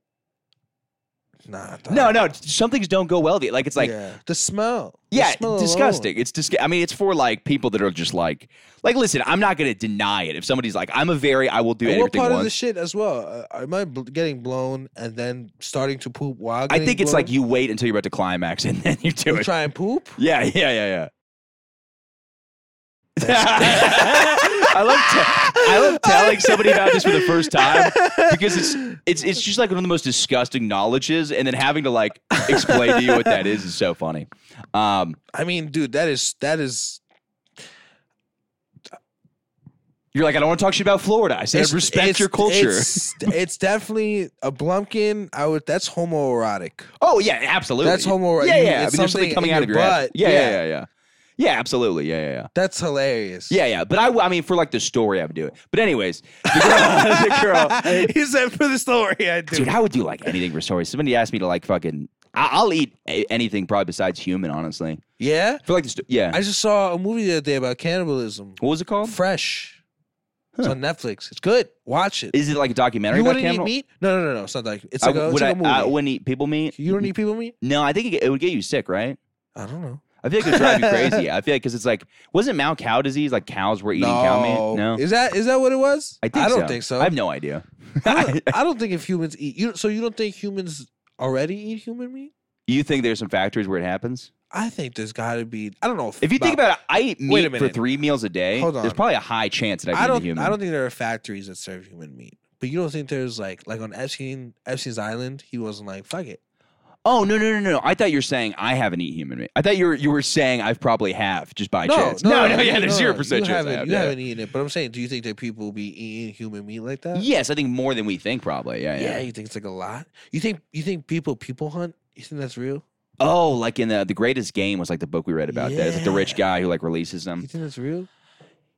E: Nah. dog.
D: No, no. Some things don't go well. with it. Like it's like yeah,
E: Yeah. the smell. The smell
D: disgusting.
E: alone.
D: It's disgusting. I mean, it's for like people that are just like, like listen. I'm not gonna deny it. If somebody's like, I'm a very, I will do
E: And what
D: everything
E: part
D: once.
E: of the shit as well? Uh, am I bl- getting blown and then starting to poop while?
D: I
E: Getting
D: think it's like
E: blown?
D: you wait until you're about to climax and then you do
E: You
D: it.
E: try and poop.
D: Yeah, yeah, yeah, yeah. I love te- I love telling somebody about this for the first time because it's it's it's just like one of the most disgusting knowledges, and then having to like explain to you what that is is so funny. Um,
E: I mean, dude, that is that is
D: you're like, I don't want to talk shit about Florida. I said,
E: it's-
D: respect
E: it's-
D: your culture.
E: It's, it's definitely a blumpkin. I would that's homoerotic.
D: oh yeah, absolutely.
E: That's homoerotic.
D: Yeah,
E: You-
D: yeah. I mean,
E: it's
D: there's something
E: something
D: coming
E: in
D: out of your
E: your
D: ass.
E: butt.
D: Yeah, yeah,
E: Yeah.
D: yeah, yeah. Yeah, absolutely. Yeah, yeah, yeah.
E: That's hilarious.
D: Yeah, yeah. But I, w- I mean, for like the story, I would do it. But anyways, the girl, the girl
E: he said for the story I do.
D: dude, I would do like anything for stories. Somebody asked me to like fucking. I- I'll eat a- anything probably besides human, honestly.
E: Yeah?
D: I feel like this. Yeah.
E: I just saw a movie the other day about cannibalism.
D: what was it called?
E: Fresh. It's on Netflix. It's good. Watch it.
D: Is it like a documentary
E: you
D: about
E: wouldn't eat
D: cannibal?
E: meat? No, no, no, no. It's not like it's
D: I,
E: like, a,
D: would
E: it's like
D: I,
E: a movie.
D: I wouldn't eat people meat.
E: you don't eat people meat?
D: No, I think it, it would get you sick, right?
E: I don't know.
D: I feel like it would drive you crazy. I feel like because it's like wasn't Mao cow disease like cows were eating cow meat? No,
E: Is that is that what it was?
D: I think
E: I don't
D: so.
E: think so.
D: I have no idea.
E: I don't, I don't think if humans eat you so you don't think humans already eat human meat?
D: you think there's some factories where it happens?
E: I think there's got to be. I don't know.
D: If you think about it, I eat
E: Wait a
D: meat for
E: minute.
D: three meals a day.
E: Hold
D: There's
E: on.
D: probably a high chance that I've
E: I
D: eaten
E: don't.
D: human.
E: I don't think there are factories that serve human meat. But you don't think there's like like on Epstein Epstein's island, he wasn't like fuck it.
D: Oh no no no no! I thought you were saying I haven't eaten human meat. I thought you were you were saying I've probably have just by chance. yeah,
E: you-
D: there's
E: no,
D: zero percent
E: you
D: chance. I
E: haven't-
D: have,
E: You
D: yeah.
E: haven't eaten it, but I'm saying, do you think that people be eating human meat like that?
D: Yes, I think more than we think probably. Yeah, yeah.
E: Yeah, you think it's like a lot. You think you think people people hunt? You think that's real?
D: Oh, like in the the greatest game was like the book we read about that. It's like the rich
E: Yeah.
D: guy who like releases
E: You
D: them.
E: think that's real?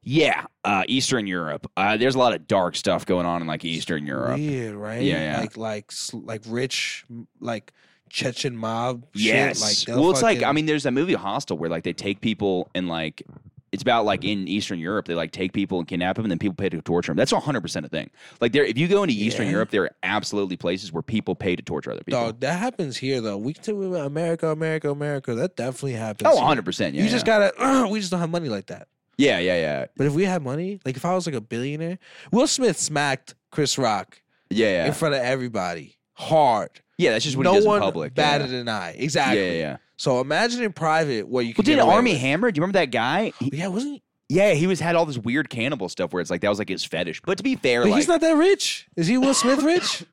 D: Yeah, uh, Eastern Europe. Uh, there's a lot of dark stuff going on in like Eastern Europe.
E: Weird, right?
D: Yeah, yeah.
E: Like like sl- like rich m- like Chechen mob. shit,
D: Yes.
E: like they'll
D: well, it's like I
E: fucking-
D: mean, there's that movie Hostel where like they take people and like It's about like in Eastern Europe, they like take people and kidnap them, and then people pay to torture them. That's 100 percent a thing. Like there, if you go into Eastern
E: Yeah.
D: Europe, there are absolutely places where people pay to torture other people. Oh,
E: Dog, that happens here though. We tell you about America, America, America. That definitely happens.
D: Oh,
E: here.
D: 100 percent. Yeah,
E: you just
D: yeah.
E: gotta. we just don't have money like that.
D: Yeah, yeah, yeah,
E: But if we had money, like if I was like a billionaire, Will Smith smacked Chris Rock
D: yeah, yeah.
E: in front of everybody hard.
D: yeah that's just what
E: no
D: he does
E: one
D: in public. yeah.
E: batted an eye.
D: yeah,
E: Exactly.
D: yeah, yeah.
E: So imagine in private what you
D: Well,
E: could
D: did
E: get away
D: Army
E: with.
D: Hammer? Do you remember that guy? He-
E: Yeah, wasn't he?
D: yeah, he was had all this weird cannibal stuff where it's like that was like his fetish. But to be fair,
E: But
D: like,
E: he's not that rich. Is he Will Smith rich?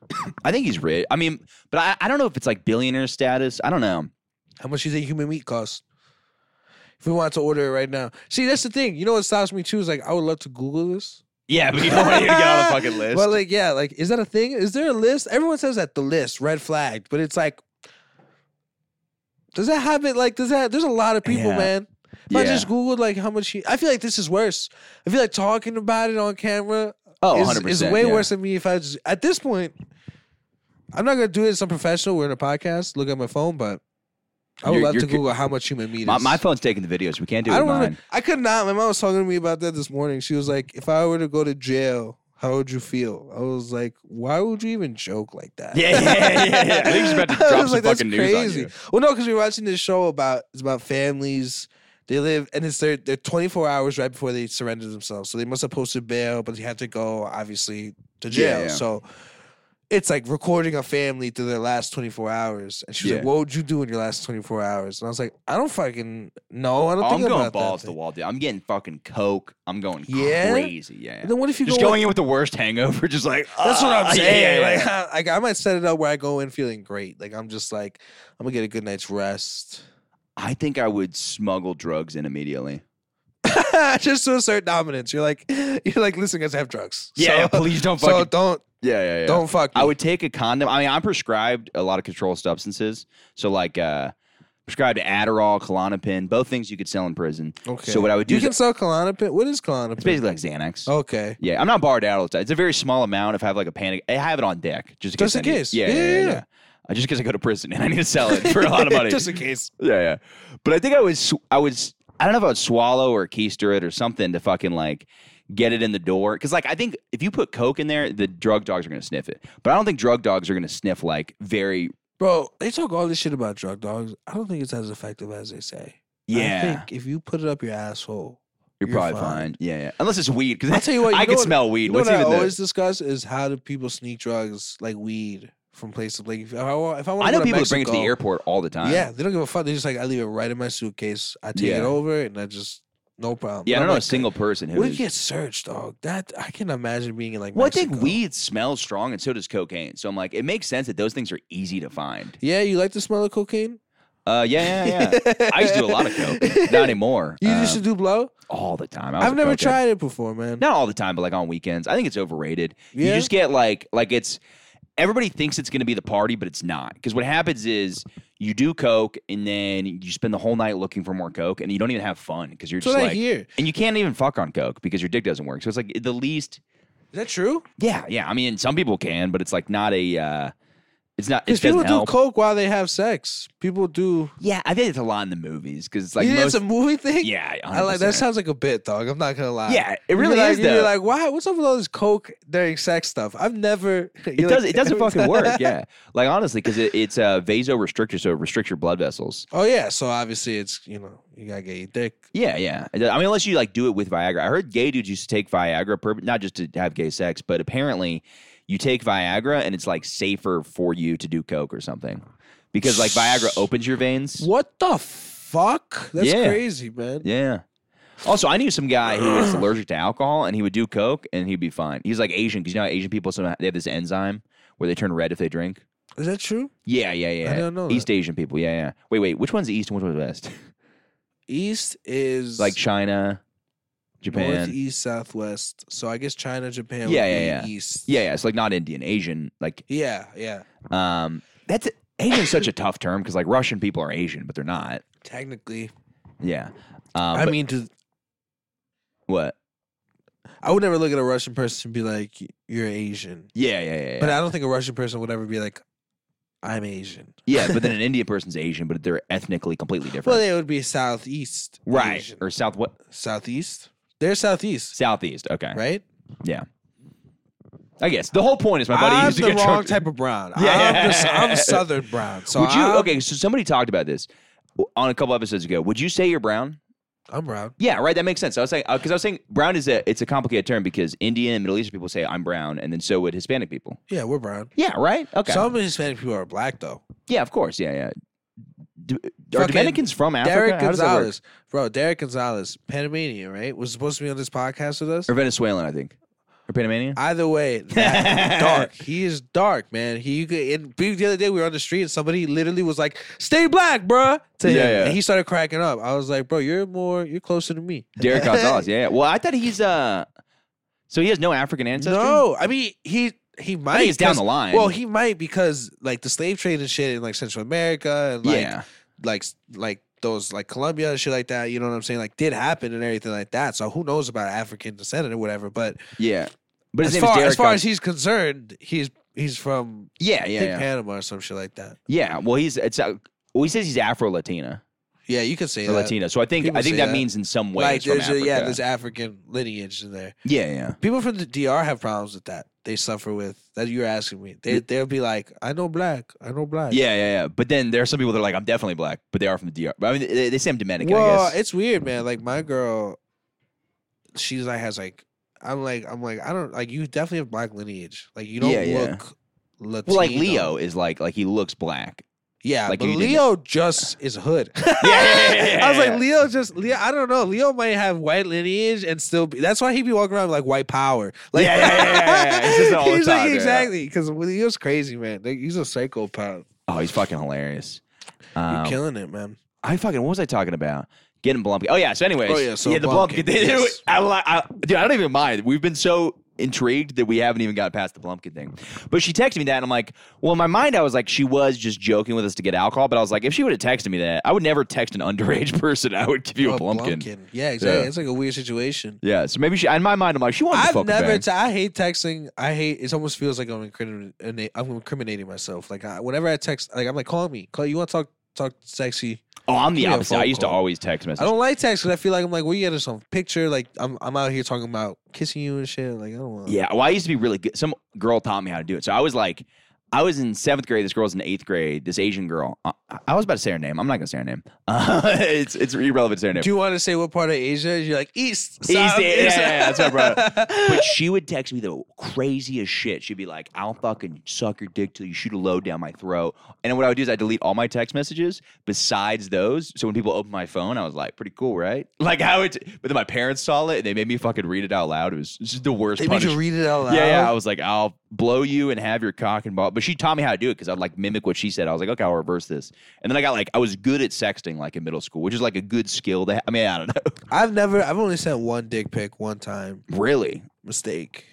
D: I think he's rich. I mean, but I, I don't know if it's like billionaire status. I don't know.
E: How much do you think human meat costs? If we wanted to order it right now. See, that's the thing. You know what stops me too is like I would love to Google this.
D: Yeah, but you don't want to get on the fucking list.
E: But like, yeah, like, is that a thing? Is there a list? Everyone says that the list, red flagged, but it's like, does that happen? Like, does that? There's a lot of people,
D: Yeah.
E: man. If I
D: Yeah.
E: just googled like how much, he, I feel like this is worse. I feel like talking about it on camera
D: oh,
E: is,
D: 100%.
E: is way
D: yeah.
E: worse than me. If I just at this point, I'm not gonna do it. It's unprofessional. We're in a podcast. Look at my phone, but I would
D: You're-
E: love
D: you're
E: to
D: co-
E: Google how much human meat
D: My,
E: is.
D: my phone's taking the video, so we can't do it
E: I
D: with
E: don't
D: mine.
E: wanna, I could not. My mom was talking to me about that this morning. She was like, "If I were to go to jail, how would you feel?" I was like, "Why would you even joke like that?"
D: Yeah, yeah, yeah, yeah. I think she's about to
E: I
D: drop
E: was
D: some
E: "That's
D: fucking news on you."
E: Well, no, because we were watching this show about it's about families. They live and it's their they're 24 hours right before they surrender themselves. So they must have posted bail, but they had to go obviously to jail.
D: yeah.
E: So it's like recording a family through their last 24 hours. And she was like,
D: Yeah.
E: What would you do in your last 24 hours? And I was like, I don't fucking know. I don't
D: Oh, I'm
E: think
D: going
E: about
D: balls
E: that.
D: to the wall, dude. I'm getting fucking coke. I'm going
E: Yeah?
D: crazy. Yeah.
E: And then what if you
D: just
E: go
D: going in with the worst hangover, just like
E: That's what
D: "Ah,
E: I'm
D: yeah,
E: saying.
D: yeah, yeah."
E: Like, I, like, I might set it up where I go in feeling great. Like I'm just like I'm gonna get a good night's rest.
D: I think I would smuggle drugs in immediately.
E: just to assert dominance. You're like you're like listen, guys, I have drugs.
D: Yeah, yeah,
E: so,
D: please don't
E: so
D: fucking.
E: don't
D: yeah, yeah, yeah.
E: don't fuck. Me.
D: I would take a condom. I mean, I'm prescribed a lot of controlled substances. So like uh prescribed Adderall, Klonopin, both things you could sell in prison.
E: Okay.
D: So what I would do
E: You
D: is
E: can Oh. sell Klonopin. What is
D: it's
E: Klonopin?
D: basically like Xanax.
E: Okay.
D: Yeah, I'm not barred out all the time. It's a very small amount. If I have like a panic, I have it on deck just in
E: Just
D: case.
E: in
D: I need-
E: case.
D: Yeah,
E: Yeah,
D: yeah, yeah.
E: yeah,
D: yeah. Uh, just because I go to prison and I need to sell it for a lot of money.
E: Just in case.
D: Yeah, yeah. But I think I was, I was, I don't know if I would swallow or keister it or something to fucking like get it in the door. Cause like I think if you put coke in there, the drug dogs are gonna sniff it. But I don't think drug dogs are gonna sniff like very.
E: Bro, they talk all this shit about drug dogs. I don't think it's as effective as they say. I
D: Yeah,
E: think if you put it up your asshole,
D: you're,
E: you're
D: probably
E: fine.
D: fine. Yeah, yeah. Unless it's weed, because
E: I'll tell you what, you
D: I
E: know
D: can
E: what-
D: smell weed.
E: You know
D: What's
E: what I
D: even the?
E: always discuss is how do people sneak drugs like weed from places like if I, wa- if I want to
D: I know
E: go to
D: people that bring it to the
E: Mexico,
D: airport all the time.
E: Yeah, they don't give a fuck. They just like I leave it right in my suitcase. I take
D: Yeah.
E: it over and I just no problem.
D: yeah.
E: But
D: I don't
E: I'm
D: know a
E: like,
D: single person who.
E: What if
D: is-
E: you get searched, dog? That I can imagine being in like.
D: Well, I
E: Mexico.
D: think weed smells strong, and so does cocaine. So I'm like, it makes sense that those things are easy to find.
E: Yeah, you like the smell of cocaine?
D: Uh, yeah, yeah, yeah. I used to do a lot of coke, not anymore.
E: You
D: Uh,
E: used to do blow?
D: all the time. I was
E: I've
D: a
E: never
D: cokehead.
E: tried it before, man.
D: Not all the time, but like on weekends. I think it's overrated. You
E: Yeah?
D: just get like like it's everybody thinks it's going to be the party, but it's not. Because what happens is you do coke, and then you spend the whole night looking for more coke, and you don't even have fun because you're
E: That's what
D: just
E: I
D: like,
E: hear. Is
D: and you can't even fuck on coke because your dick doesn't work. So it's like the least.
E: that true?
D: Yeah, yeah. I mean, some people can, but it's like not a. uh It's not. It
E: Because people
D: doesn't help.
E: do coke while they have sex. People do.
D: yeah, I think it's a lot in the movies because it's like
E: you think
D: most.
E: it's a movie thing.
D: yeah, 100%.
E: I like that. Sounds like a bit, dog. I'm not gonna lie.
D: Yeah, it
E: You'd be
D: really
E: like,
D: is
E: You'd be
D: though.
E: like, why? What's up with all this coke during sex stuff? I've never.
D: It does. It doesn't fucking work. Yeah, like honestly, because it, it's uh, vasorestrictor, so it restricts your blood vessels.
E: Oh yeah, so obviously it's you know you gotta get your dick.
D: Yeah, yeah. I mean, unless you like do it with Viagra. I heard gay dudes used to take Viagra, purpo- not just to have gay sex, but apparently you take Viagra and it's like safer for you to do coke or something because like Viagra opens your veins.
E: What the fuck? That's
D: Yeah.
E: crazy, man.
D: Yeah. Also, I knew some guy who was allergic to alcohol, and he would do coke, and he'd be fine. He's like Asian because you know how Asian people somehow they have this enzyme where they turn red if they drink.
E: Is that true?
D: Yeah, yeah, yeah.
E: don't know
D: East Asian people. Yeah, yeah. Wait, wait. Which one's east and which one's west?
E: East is
D: like China, Japan.
E: northeast, southwest. So I guess China, Japan.
D: Yeah,
E: would
D: yeah,
E: be East.
D: Yeah, yeah. It's like not Indian, Asian. Like,
E: yeah, yeah.
D: um, that's Asian's such a tough term because like Russian people are Asian, but they're not.
E: Technically,
D: Yeah. Um,
E: I
D: but-
E: mean, to,
D: what?
E: I would never look at a Russian person and be like, "You're Asian,"
D: Yeah, yeah, yeah. yeah.
E: but I don't think a Russian person would ever be like, I'm Asian.
D: Yeah, but then an Indian person's Asian, but they're ethnically completely different.
E: Well, they would be Southeast.
D: right.
E: Asian.
D: Or south what
E: Southeast? They're Southeast,
D: southeast. Okay.
E: right?
D: Yeah. I guess the whole point is my buddy
E: I'm
D: used to
E: the
D: get
E: wrong
D: drunk.
E: type of brown.
D: Yeah.
E: I'm, just, I'm Southern brown. So
D: would you
E: I'm,
D: okay? So somebody talked about this on a couple episodes ago. Would you say you're brown?
E: I'm brown.
D: Yeah, right. That makes sense. I was saying because I was saying brown is a it's a complicated term because Indian and Middle Eastern people say I'm brown, and then so would Hispanic people.
E: Yeah, we're brown.
D: Yeah, right. Okay.
E: Some Hispanic people are black though.
D: yeah, of course. Yeah, yeah. Do, are
E: Fucking
D: Dominicans from Africa?
E: Derek
D: How does that work?
E: Gonzalez, bro. Derek Gonzalez, Panamanian, right? Was supposed to be on this podcast with us.
D: or Venezuelan, I think, or Panamanian.
E: Either way, that dark. He is dark, man. He you could, and we- the other day we were on the street and somebody literally was like, "Stay black, bruh," to him,
D: Yeah, yeah.
E: and he started cracking up. I was like, "Bro, you're more, you're closer to me."
D: Derek Gonzalez. Yeah, yeah. Well, I thought he's uh, so he has no African ancestry.
E: No, I mean he he might
D: it's down
E: 'cause-
D: the line.
E: Well, he might because like the slave trade and shit in like Central America and like
D: yeah.
E: like s- like those like Colombia and shit like that. You know what I'm saying? Like did happen and everything like that. So who knows about African descent or whatever? But
D: Yeah. But his
E: as
D: name
E: far
D: is Derek.
E: as far
D: Gon-
E: as he's concerned, he's he's from
D: yeah,
E: I
D: yeah,
E: think
D: yeah.
E: Panama or some shit like that.
D: yeah. Well, he's it's uh, well, he says he's Afro Latina
E: Yeah, you could say
D: or
E: that.
D: Latina. So I think
E: People
D: I think
E: say
D: that,
E: that.
D: means in some way
E: Like
D: it's from
E: there's
D: Africa.
E: a, yeah, there's African lineage in there.
D: yeah, yeah.
E: People from the DR have problems with that. They suffer with that. You're asking me. They they'll be like, I know black. I know black.
D: Yeah, yeah, yeah. But then there are some people that are like, I'm definitely black, but they are from the DR. But I mean, they, they say I'm Dominican,
E: well,
D: I guess.
E: it's weird, man. Like my girl, she's like has like I'm like I'm like I don't like you definitely have black lineage. Like you don't
D: Yeah, yeah.
E: look Latino.
D: Well, like Leo is like, like he looks black.
E: Yeah,
D: like
E: but
D: you didn't-
E: Leo just is hood.
D: yeah, yeah, yeah,
E: I was
D: yeah.
E: like Leo just Leo. I don't know. Leo might have white lineage and still be. That's why he be walking around like white power. Like
D: Yeah, yeah, yeah, yeah, yeah. He says that all the
E: he's
D: time,
E: like,
D: yeah.
E: exactly because Leo's crazy, man. Like, he's a psychopath.
D: Oh, he's fucking hilarious.
E: You're
D: Um,
E: killing it, man.
D: I fucking what was I talking about? Getting Blumpkin. Oh yeah. So anyways,
E: Oh, yeah, so
D: the
E: Blumpkin,
D: Blumpkin. Dude,
E: yes.
D: I, li- I, dude, I don't even mind. We've been so intrigued that we haven't even got past the Blumpkin thing. But she texted me that, and I'm like, well, in my mind, I was like, she was just joking with us to get alcohol. But I was like, if she would have texted me that, I would never text an underage person. I would give you
E: Oh,
D: a Blumpkin.
E: Yeah, exactly.
D: Yeah.
E: It's like a weird situation.
D: Yeah. So maybe she. In my mind, I'm like, she wanted to
E: I've
D: fucking
E: never.
D: bang.
E: T- I hate texting. I hate. It almost feels like I'm incriminating. I'm incriminating myself. Like I, whenever I text, like I'm like, call me. Call you want to talk talk sexy.
D: oh, I'm the
E: Give me a
D: opposite.
E: phone
D: I used to
E: call.
D: always text message.
E: I don't like text because I feel like I'm like, where you getting some picture? Like I'm I'm out here talking about kissing you and shit. Like I don't want.
D: Yeah, well, I used to be really good. Some girl taught me how to do it. So I was like, I was in seventh grade. This girl was in eighth grade. This Asian girl. I, I was about to say her name. I'm not gonna say her name. it's it's irrelevant to say her name.
E: Do you want to say what part of Asia? You're like east.
D: East,
E: south,
D: yeah, yeah, yeah, that's what I brought
E: up.
D: but she would text me the craziest shit. She'd be like, "I'll fucking suck your dick till you shoot a load down my throat." And what I would do is I delete all my text messages besides those. So when people opened my phone, I was like, "Pretty cool, right?" Like I would. But then my parents saw it and they made me fucking read it out loud. It was just the worst.
E: They made you
D: punishment.
E: read it out loud.
D: Yeah, yeah. I was like, I'll blow you and have your cock and ball. But she taught me how to do it because I'd like mimic what she said. I was like, okay, I'll reverse this. And then I got like, I was good at sexting like in middle school, which is like a good skill. To ha- I mean, I don't know.
E: I've never. I've only sent one dick pic one time.
D: really?
E: Mistake.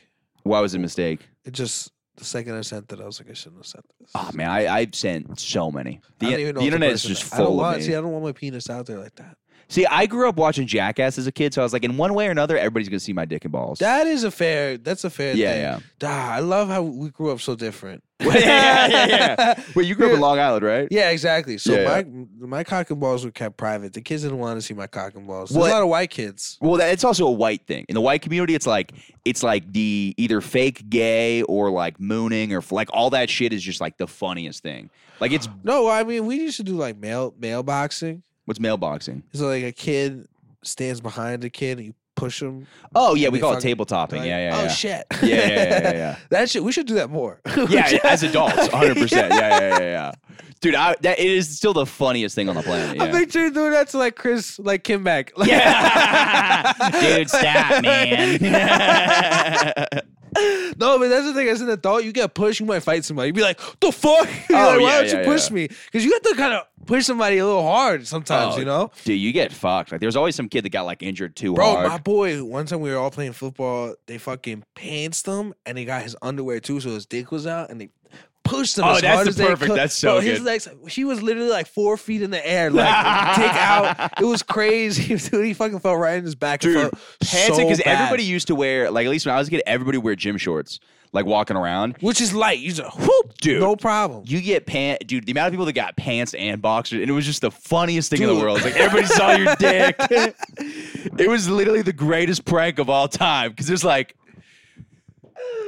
D: Why was it a mistake?
E: It just the second I sent that, I was like, I shouldn't have sent this.
D: Oh man, I, I've sent so many. The,
E: I don't even know
D: the
E: if
D: internet is
E: person-
D: just
E: I don't
D: full
E: want,
D: of me.
E: See, I don't want my penis out there like that.
D: See, I grew up watching Jackass as a kid, so I was like, in one way or another, everybody's gonna see my dick and balls.
E: That is a fair. That's a fair.
D: Yeah,
E: thing.
D: yeah.
E: Dah, I love how we grew up so different.
D: yeah, yeah, yeah. Wait, you grew up in Long Island, right?
E: Yeah, exactly. So
D: Yeah,
E: my my cock and balls were kept private. The kids didn't want to see my cock and balls. There's
D: What-
E: a lot of white kids.
D: Well, that, it's also a white thing. In the white community, it's like it's like the either fake gay or like mooning or f- like all that shit is just like the funniest thing. Like it's
E: No, I mean we used to do like mail mailboxing.
D: what's mailboxing?
E: It's like a kid stands behind a kid and you push him.
D: Oh yeah, we
E: They
D: call it
E: fucking-
D: table topping.
E: like,
D: yeah, yeah,
E: Oh
D: yeah.
E: shit.
D: yeah, yeah, yeah, yeah, yeah.
E: that shit. We should do that more.
D: yeah, yeah, as adults, hundred percent. Yeah, yeah, yeah, yeah. Dude, I, that it is still the funniest thing on the planet.
E: I
D: Yeah.
E: picture doing that to like Chris, like Kim Beck. Like,
D: Yeah. Dude, stop, man.
E: No, but that's the thing. As an adult, you get pushed, you might fight somebody. You'd be like, "The fuck? You're
D: Oh,
E: like,
D: yeah,
E: why don't
D: yeah,
E: you push
D: yeah.
E: me?" Because you have to kind of push somebody a little hard sometimes,
D: Oh,
E: you know.
D: Dude, you get fucked. Like there's always some kid that got like injured too
E: Bro,
D: hard.
E: my boy. One time we were all playing football. They fucking pantsed him, and he got his underwear too, so his dick was out, and they pushed him
D: Oh,
E: as
D: that's
E: hard
D: the
E: as they
D: perfect.
E: could.
D: That's so
E: Bro, His
D: good.
E: legs, he was literally like four feet in the air, like take out. It was crazy, dude. He fucking fell right in his back. It
D: dude.
E: felt
D: Pants
E: so
D: because
E: bad.
D: everybody used to wear like at least when I was a kid, everybody wear gym shorts like walking around.
E: which is light. You just whoop,
D: Dude.
E: no problem.
D: You get pant, dude. The amount of people that got pants and boxers, and it was just the funniest thing in the
E: Dude.
D: world. It's like everybody saw your dick. it was literally the greatest prank of all time because it's like,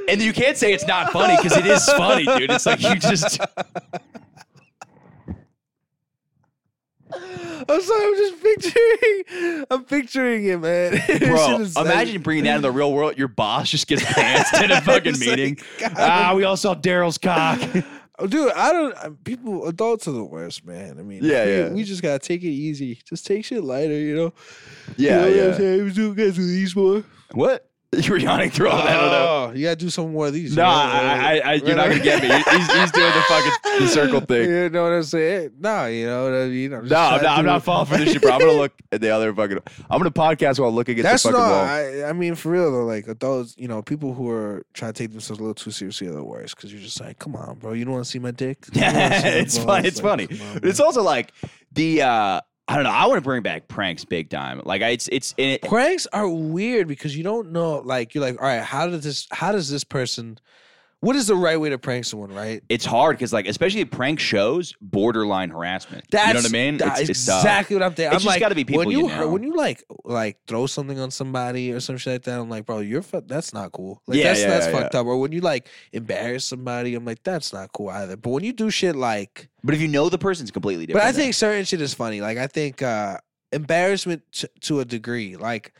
D: and you can't say it's not funny because it is funny, dude. It's like you just.
E: I'm sorry, I'm just picturing. I'm picturing it, man. This shit
D: Bro,
E: is-
D: imagine bringing that in the real world. Your boss just gets pantsed at a fucking
E: It's like,
D: meeting.
E: God.
D: Ah, we all saw Daryl's cock.
E: Oh, dude, I don't. I- People, adults are the worst, man. I mean,
D: Yeah,
E: we,
D: yeah.
E: we just gotta take it easy. Just take shit lighter, you know. you know
D: Yeah,
E: what I'm
D: yeah.
E: saying? We do guys do these more.
D: What? You were yawning through all that. I don't know.
E: Oh, you gotta do some more of these. you
D: No,
E: know,
D: I, I, I, you're not gonna get me. He's, he's doing the fucking the circle thing.
E: You know what I'm saying? No, you know what I mean. I'm just
D: No,
E: trying
D: I'm
E: to
D: not, I'm
E: do-
D: not falling for this shit, bro. I'm gonna look at the other fucking. I'm gonna podcast while looking at
E: That's
D: the
E: not.
D: fucking wall.
E: I, I mean, for real though, like adults, you know, people who are trying to take themselves a little too seriously are the worst because you're just like, come on, bro, you don't want to see my dick. You don't wanna see my
D: it's
E: balls?"
D: funny.
E: Like,
D: It's funny.
E: come on,
D: It's
E: man.
D: also like the. uh I don't know. I want to bring back pranks big time. Like I, it's it's in it.
E: pranks are weird because you don't know. Like, you're like, all right, how does this? How does this person? What is the right way to prank someone? Right.
D: It's hard because like especially prank shows borderline harassment.
E: That's
D: you know what I mean?
E: that-
D: It's, it's tough.
E: exactly what I'm thinking.
D: It's
E: I'm
D: just
E: like,
D: gotta be people
E: when you,
D: you know.
E: when you like like throw something on somebody or some shit like that. I'm like, bro, you're fu- that's not cool. Like,
D: Yeah,
E: that's
D: yeah,
E: that's
D: yeah,
E: fucked up. Or when you like embarrass somebody, I'm like, that's not cool either. But when you do shit like,
D: But if you know the person, it's completely
E: but
D: different.
E: I think certain shit is funny. Like I think uh embarrassment t- to a degree, like.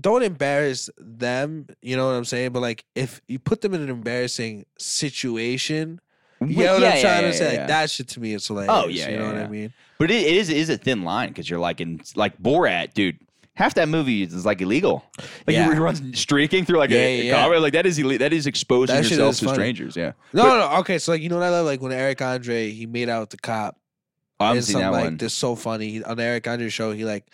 E: Don't embarrass them, you know what I'm saying? But like, if you put them in an embarrassing situation, you know what I'm trying to say? Like, that shit to me is hilarious.
D: Oh, yeah,
E: you know
D: yeah,
E: what
D: yeah.
E: I mean?
D: But it, it is it is a thin line because you're like in like Borat, dude. Half that movie is like illegal. Like
E: Yeah.
D: he runs streaking through like
E: Yeah,
D: a,
E: yeah,
D: a
E: yeah.
D: car, like that is ille- that is exposing
E: That shit
D: yourself
E: is
D: to
E: funny.
D: strangers. Yeah, Oh,
E: No,
D: But-
E: no, okay. So like you know what I love, like when Eric Andre he made out with the cop.
D: I haven't
E: and
D: seen that
E: like
D: one.
E: this so funny. He, on the Eric Andre show, he like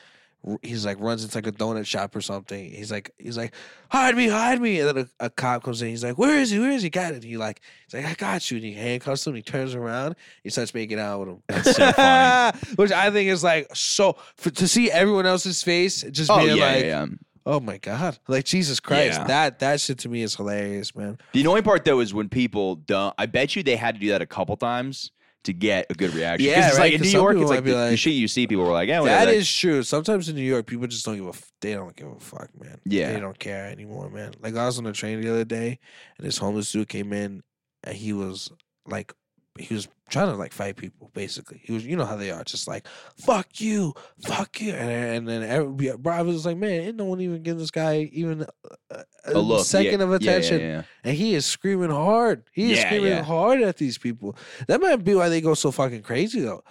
E: r- he's like runs into like a donut shop or something. He's like he's like hide me, hide me, and then a, a cop comes in. He's like where is he? Where is he? Got it. He like he's like I got you. And he handcuffs him. He turns around. He starts making out with him.
D: That's so funny.
E: Which I think is like so for, to see everyone else's face, it just
D: Oh yeah,
E: being like,
D: yeah, yeah.
E: oh my god, like Jesus Christ,
D: Yeah.
E: that that shit to me is hilarious, man.
D: The annoying part though is when people don't. I bet you they had to do that a couple times to get a good reaction. 'Cause
E: Yeah,
D: it's
E: right,
D: like in
E: 'cause
D: New
E: some
D: York,
E: people
D: it's
E: might
D: like
E: be
D: the, the
E: like,
D: shit you see. People were like, Oh, yeah, whatever.
E: That
D: like-
E: is true. Sometimes in New York, people just don't give a. F- they don't give a fuck, man.
D: Yeah.
E: they don't care anymore, man. Like I was on the train the other day, and this homeless dude came in, and he was like, he was trying to like fight people. Basically, he was, you know how they are, just like fuck you, fuck you, and, and then every, bro, I was just like, man, ain't no one even giving this guy even a, a
D: a look,
E: second
D: yeah,
E: of
D: yeah, yeah,
E: attention,
D: yeah.
E: and he is screaming hard. He is
D: Yeah,
E: screaming
D: yeah.
E: hard at these people. That might be why they go so fucking crazy though.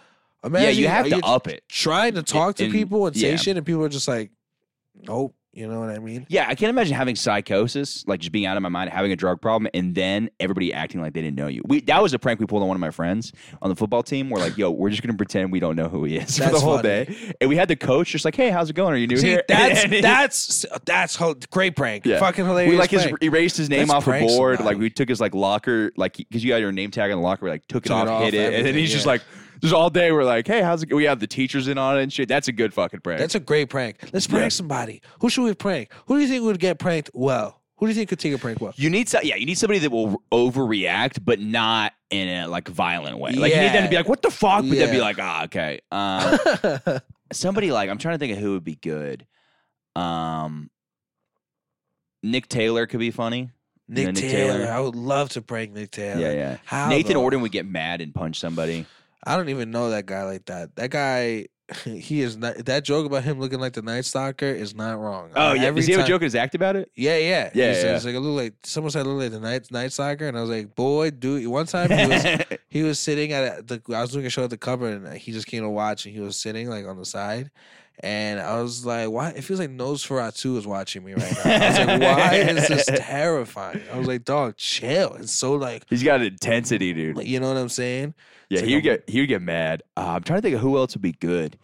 D: Yeah,
E: Imagine,
D: you have
E: are
D: to up it.
E: trying to talk to
D: and-
E: people and say
D: yeah.
E: shit, and people are just like, nope. You know what I mean?
D: Yeah, I can't imagine having psychosis, like just being out of my mind, having a drug problem, and then everybody acting like they didn't know you. We that was a prank we pulled on one of my friends on the football team. We're like, "Yo, we're just gonna pretend we don't know who he is for the
E: That's
D: whole
E: funny.
D: day," and we had the coach just like, "Hey, how's it going? Are you new
E: See,
D: here?"
E: that's
D: And he-
E: that's that's ho- great prank.
D: Yeah.
E: Fucking hilarious.
D: we like his,
E: prank.
D: erased his name
E: Let's
D: off the
E: prank
D: board.
E: somebody.
D: Like we took his like locker, like because you got your name tag on the locker, we like took it
E: Took it
D: off,
E: off,
D: hit it, and then
E: everything,
D: he's just
E: yeah.
D: like, just all day we're like, "Hey, how's it?" go-" We have the teachers in on it and shit. That's a good fucking prank.
E: that's a great prank. Let's prank somebody. Who should we prank? Who do you think would get pranked well? Who do you think could take a prank well?
D: You need so, yeah, you need somebody that will overreact, but not in a like violent way. Like you need them to be
E: Yeah.
D: like, "What the fuck?" But then be
E: Yeah.
D: like, "Ah, okay." Um, somebody like I'm trying to think of who would be good. Um, Nick Taylor could be funny.
E: Nick,
D: Nick
E: Taylor.
D: Taylor.
E: I would love to prank Nick Taylor.
D: Yeah, yeah.
E: How,
D: Nathan
E: though?
D: Orden would get mad and punch somebody.
E: I don't even know that guy like that. That guy, he is not. That joke about him looking like the Night Stalker is not wrong.
D: Oh yeah,
E: Uh, Every
D: does he have a
E: time-
D: joke in his act about it?
E: Yeah, yeah,
D: Yeah,
E: He said,
D: yeah.
E: It's like I look like someone said I look like the night night soccer, and I was like, boy, dude. One time he was he was sitting at a- the I was doing a show at the cover, and he just came to watch, and he was sitting like on the side, and I was like, why? It feels like Nosferatu is watching me right now. I was like, why is this terrifying? I was like, dog, chill. It's so like,
D: He's got intensity, dude.
E: like, you know what I'm saying?
D: Yeah,
E: It's like
D: he
E: a-
D: would get he would get mad. Uh, I'm trying to think of who else would be good.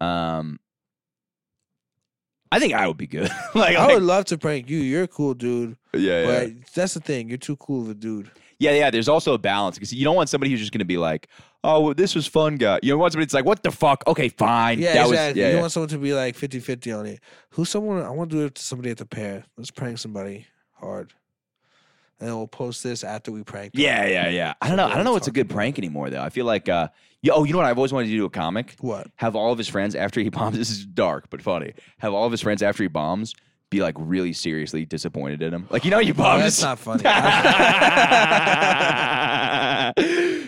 D: Um, I think I would be good. like,
E: I
D: like-
E: would love to prank you. You're a cool dude,
D: yeah, yeah.
E: but that's the thing. You're too cool of a dude.
D: yeah, yeah. There's also a balance because you don't want somebody who's just going to be like, "Oh, well, this was fun, guy." You don't want somebody that's like, "What the fuck?" Okay, fine.
E: Yeah,
D: that
E: exactly.
D: was
E: you
D: yeah,
E: don't
D: yeah.
E: want someone to be like 50-50 on it. Who's someone I want to do it to somebody at the pair. Let's prank somebody hard. And then we'll post this after we prank them.
D: yeah, yeah, yeah. I don't know. I don't know what's a good prank anymore though. I feel like, uh, you, oh, you know what? I've always wanted to do to a comic.
E: What?
D: Have all of his friends after he bombs. This is dark but funny. Have all of his friends after he bombs be like really seriously disappointed in him. Like you know you bombed.
E: that's not funny. I-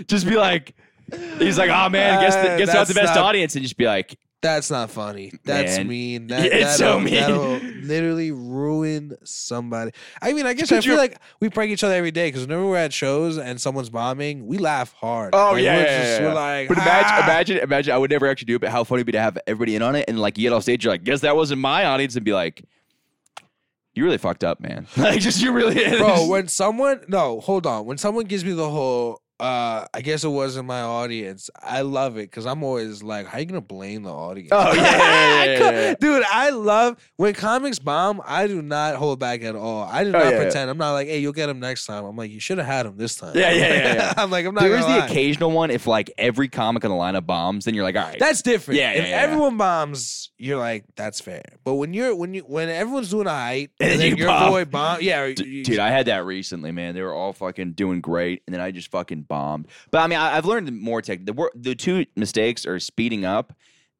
D: just be like, he's like, oh man, guess the,
E: Uh,
D: guess not the
E: that's
D: best
E: not-
D: audience, and just be like,
E: that's not funny. That's
D: Man.
E: mean. That,
D: It's
E: that'll-
D: so mean.
E: That'll literally ruin somebody. I mean, I guess I
D: Could
E: feel
D: you-
E: like we prank each other every day because whenever we're at shows and someone's bombing, we laugh hard.
D: oh
E: Like,
D: yeah,
E: we're
D: yeah,
E: just-
D: yeah,
E: we're
D: yeah.
E: like,
D: but
E: "Ah!"
D: imagine, imagine, imagine, I would never actually do it, but how funny it'd be to have everybody in on it, and like you get off stage, you're like, guess that wasn't my audience, and be like, you really fucked up, man. like just you really,
E: bro when someone no hold on when someone gives me the whole uh i guess it wasn't my audience i love it because i'm always like how you gonna blame the audience
D: Oh, yeah, yeah, yeah, yeah, yeah.
E: dude i love when comics bomb i do not hold back at all i do
D: Oh,
E: not
D: yeah, yeah.
E: pretend i'm not like hey you'll get him next time i'm like you should have had him this time
D: Yeah, yeah, yeah, yeah.
E: i'm like i'm not
D: there is
E: gonna
D: the
E: lie.
D: occasional one if like every comic on the lineup bombs, then you're like, all right,
E: That's different.
D: Yeah,
E: if
D: yeah, yeah.
E: everyone bombs, you're like, that's fair. But when you're when you when everyone's doing a height
D: And then you
E: your
D: bomb.
E: boy bomb, yeah,
D: D-
E: you-
D: dude, I had that recently, man. They were all fucking doing great, and then I just fucking bombed. But I mean, I, I've learned more tech. The wor- the two mistakes are speeding up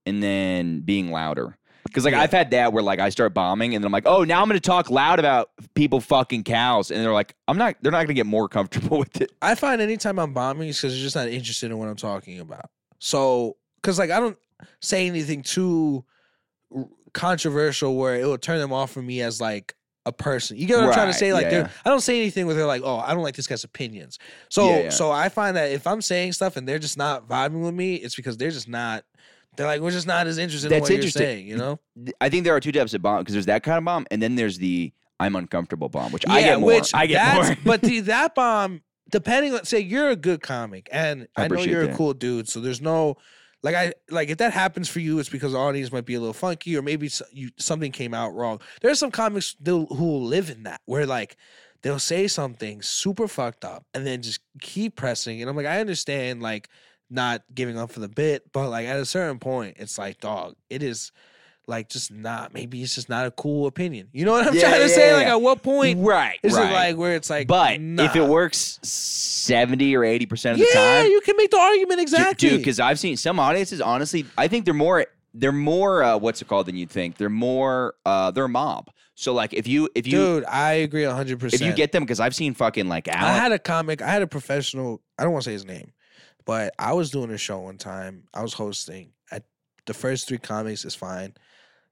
D: and then being louder. Because like I've had that where like I start bombing, and then I'm like, oh, now I'm gonna talk loud about people fucking cows, and they're like, I'm not. They're not gonna get more comfortable with it.
E: I find anytime I'm bombing, it's because you're just not interested in what I'm talking about. So, because like I don't say anything too r- controversial where it will turn them off from me as like a person. You get what I'm trying to
D: Right,
E: say? Like,
D: yeah,
E: they're
D: yeah.
E: I don't say anything where they're like, "Oh, I don't like this guy's opinions." So,
D: Yeah, yeah.
E: so I find that if I'm saying stuff and they're just not vibing with me, it's because they're just not. They're like, we're just not as interested in
D: That's
E: what
D: interesting.
E: you're saying. You know?
D: Th- I think there are two types of bomb because there's that kind of bomb, and then there's the I'm uncomfortable bomb, which I get more. I get
E: that's-
D: more.
E: but the, that bomb, depending on say you're a good comic and
D: I
E: I, know
D: appreciate
E: you're
D: that.
E: a cool dude, so there's no like I like if that happens for you, it's because the audience might be a little funky or maybe s- you something came out wrong. There's some comics they'll- who will live in that where like they'll say something super fucked up and then just keep pressing. And I'm like, I understand like not giving up for the bit, but like at a certain point, it's like, dog, it is like just not maybe it's just not a cool opinion. You know what I'm
D: Yeah,
E: trying to
D: yeah,
E: say?
D: yeah.
E: Like at what point
D: right,
E: is
D: right.
E: it like where it's like,
D: but
E: nah.
D: if it works seventy or eighty percent of
E: yeah,
D: the time,
E: you can make the argument exactly.
D: dude. Because I've seen some audiences. Honestly, I think they're more they're more uh, what's it called than you'd think. They're more uh, they're a mob. So like if you if you
E: Dude, I agree hundred
D: if
E: percent.
D: you get them because I've seen fucking like
E: I
D: Alan.
E: had a comic, I had a professional. I don't want to say his name, but I was doing a show one time. I was hosting. At the first three comics is fine.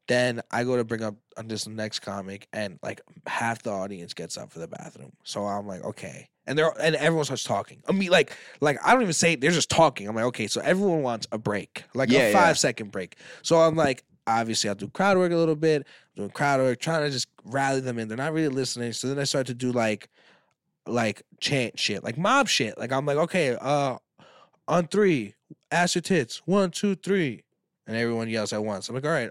E: Then I go to bring up on this next comic, and like half the audience gets up for the bathroom. So I'm like, okay, and they're and everyone starts talking. I mean, like, like I don't even say they're just talking. I'm like, okay, so everyone wants a break, like a
D: Yeah, yeah.
E: five second break. So I'm like, obviously I'll do crowd work a little bit, doing crowd work, trying to just rally them in. They're not really listening. So then I start to do like like chant shit, like mob shit. Like I'm like, okay, uh on three, ass your tits. One, two, three. And everyone yells at once. I'm like, all right,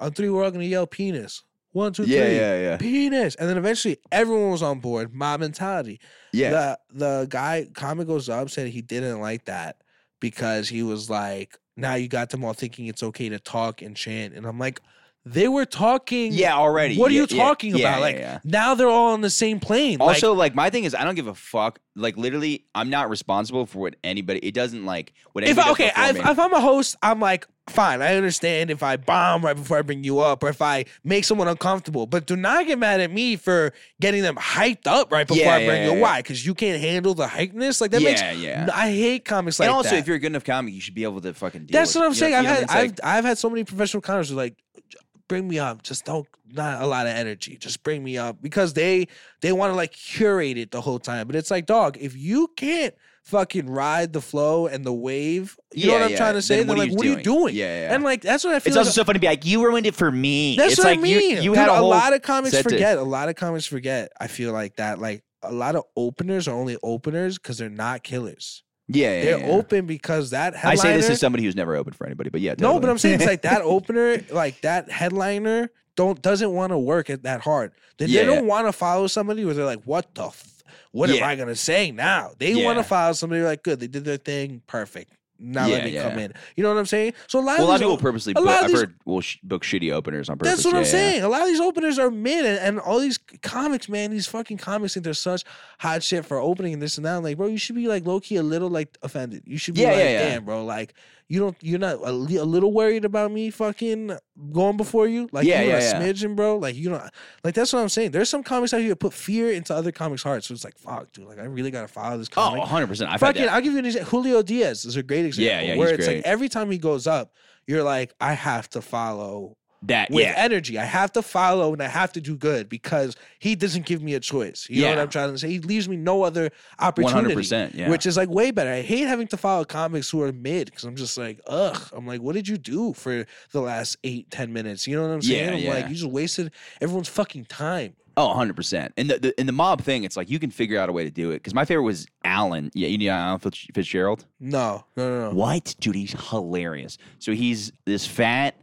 E: on three, we're all gonna yell penis. One, two, three,
D: yeah, yeah, yeah,
E: Penis. And then eventually everyone was on board. Mob mentality.
D: yeah.
E: The the guy comic goes up said he didn't like that because he was like, now you got them all thinking it's okay to talk and chant. And I'm like, they were talking.
D: yeah, already.
E: What are
D: Yeah,
E: you
D: yeah,
E: talking
D: yeah,
E: about?
D: yeah,
E: like
D: yeah.
E: now they're all on the same plane. Like,
D: Also, like my thing is, I don't give a fuck. Like literally, I'm not responsible for what anybody. It doesn't like what
E: if
D: anybody
E: I,
D: does
E: okay,
D: before
E: I,
D: me.
E: if I'm a host, I'm like, fine, I understand if I bomb right before I bring you up, or if I make someone uncomfortable. But do not get mad at me for getting them hyped up right before
D: Yeah,
E: I bring
D: yeah,
E: you.
D: yeah.
E: Why? Because you can't handle the hypeness. Like that makes.
D: Yeah, yeah.
E: I hate comics like
D: and also,
E: that.
D: if you're a good enough comic, you should be able to fucking deal.
E: That's
D: with
E: what I'm
D: it. You
E: saying.
D: know-
E: I've
D: you know
E: had
D: what I'm
E: I've,
D: saying?
E: I've had so many professional comics who are like "J- bring me up, just don't not a lot of energy, just bring me up because they they want to like curate it the whole time. But it's like, dog, if you can't fucking ride the flow and the wave, you know
D: Yeah,
E: what I'm
D: yeah.
E: trying to say?
D: Then
E: They're
D: what are
E: like,
D: you
E: what are you
D: doing?
E: doing?
D: Yeah, yeah.
E: And like that's what I feel.
D: It's also
E: like-
D: so funny to be like, you ruined it for me.
E: that's
D: it's
E: what
D: like
E: I mean.
D: you, you
E: Dude,
D: had a,
E: a,
D: whole
E: lot of comics
D: set to-
E: forget. A lot of comics forget. I feel like that. Like a lot of openers are only openers because they're not killers.
D: Yeah, yeah,
E: They're
D: yeah.
E: open because that
D: I
E: headliner.
D: say this as somebody who's never opened for anybody, but yeah.
E: No,
D: totally.
E: but I'm saying it's like that opener, like that headliner don't doesn't want to work at that hard. They, they
D: Yeah,
E: don't
D: yeah.
E: want to follow somebody where they're like, what the, f- what am
D: Yeah.
E: I gonna say now? They want to
D: Yeah.
E: follow somebody like, good, they did their thing, perfect. Now
D: Yeah,
E: let me come
D: yeah.
E: in. You know what I'm saying? So a lot
D: Well, a
E: of
D: lot of
E: these
D: people purposely.
E: a
D: Book,
E: lot of
D: I've
E: these-
D: heard will sh- book shitty openers on purpose.
E: that's what I'm
D: yeah, yeah.
E: saying. A lot of these openers are mid, and, and all these c- comics, man, these fucking comics think they're such hot shit for opening and this and that. I'm like, bro, you should be like low key a little like offended. You should be
D: Yeah,
E: like,
D: yeah, yeah.
E: damn, bro, like you don't, you're not a, li- a little worried about me fucking going before you. Like,
D: Yeah,
E: you're
D: yeah,
E: a
D: yeah.
E: smidgen, bro. Like, you know, like that's what I'm saying. There's some comics out here that put fear into other comics' hearts. So it's like, fuck, dude, like I really gotta follow this
D: Oh,
E: comic.
D: 100 percent. I've had
E: Fucking,
D: that.
E: I'll give you an example. Julio Diaz is a great example.
D: yeah, he's
E: where it's
D: great.
E: like every time he goes up, you're like, I have to follow
D: That
E: with
D: yeah.
E: energy. I have to follow and I have to do good because he doesn't give me a choice. You know
D: Yeah.
E: what I'm trying to say? He leaves me no other
D: One
E: opportunity.
D: hundred percent. Yeah.
E: Which is like way better. I hate having to follow comics who are mid because I'm just like, ugh. I'm like, what did you do for the last eight, ten minutes? You know what I'm saying?
D: Yeah,
E: I'm
D: yeah.
E: like, you just wasted everyone's fucking time.
D: Oh, 100 percent. And the, the and the mob thing, it's like you can figure out a way to do it. Because my favorite was Alan. Yeah, you know Alan Fitz- Fitzgerald.
E: No, no, no, no.
D: What, dude? He's hilarious. So he's this fat.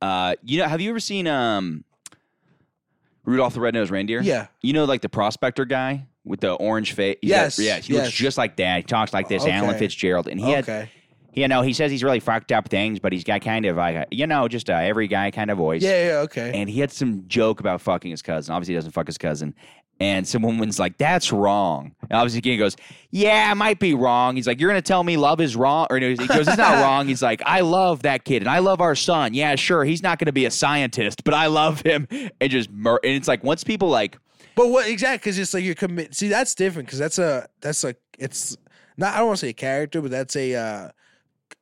D: Uh, you know, have you ever seen um Rudolph the Red-Nosed Reindeer?
E: Yeah.
D: You know, like the prospector guy with the orange face. He's got-
E: Yes,
D: yeah. He
E: yes.
D: looks just like that. He talks like this. Alan
E: Okay.
D: Fitzgerald, and he had
E: okay.
D: you know, he says he's really fucked up things, but he's got kind of like, a- you know, just a every guy kind of voice.
E: Yeah, yeah, okay.
D: And he had some joke about fucking his cousin. Obviously, he doesn't fuck his cousin. And some woman's like, that's wrong. And obviously, King goes, yeah, it might be wrong. He's like, you're going to tell me love is wrong? Or no, he goes, it's not wrong. He's like, I love that kid and I love our son. Yeah, sure. He's not going to be a scientist, but I love him. And just, mur- and it's like, once people like,
E: But what exactly? Because it's like you're commit. See, that's different. Because that's a that's a it's not. I don't want to say character, but that's a uh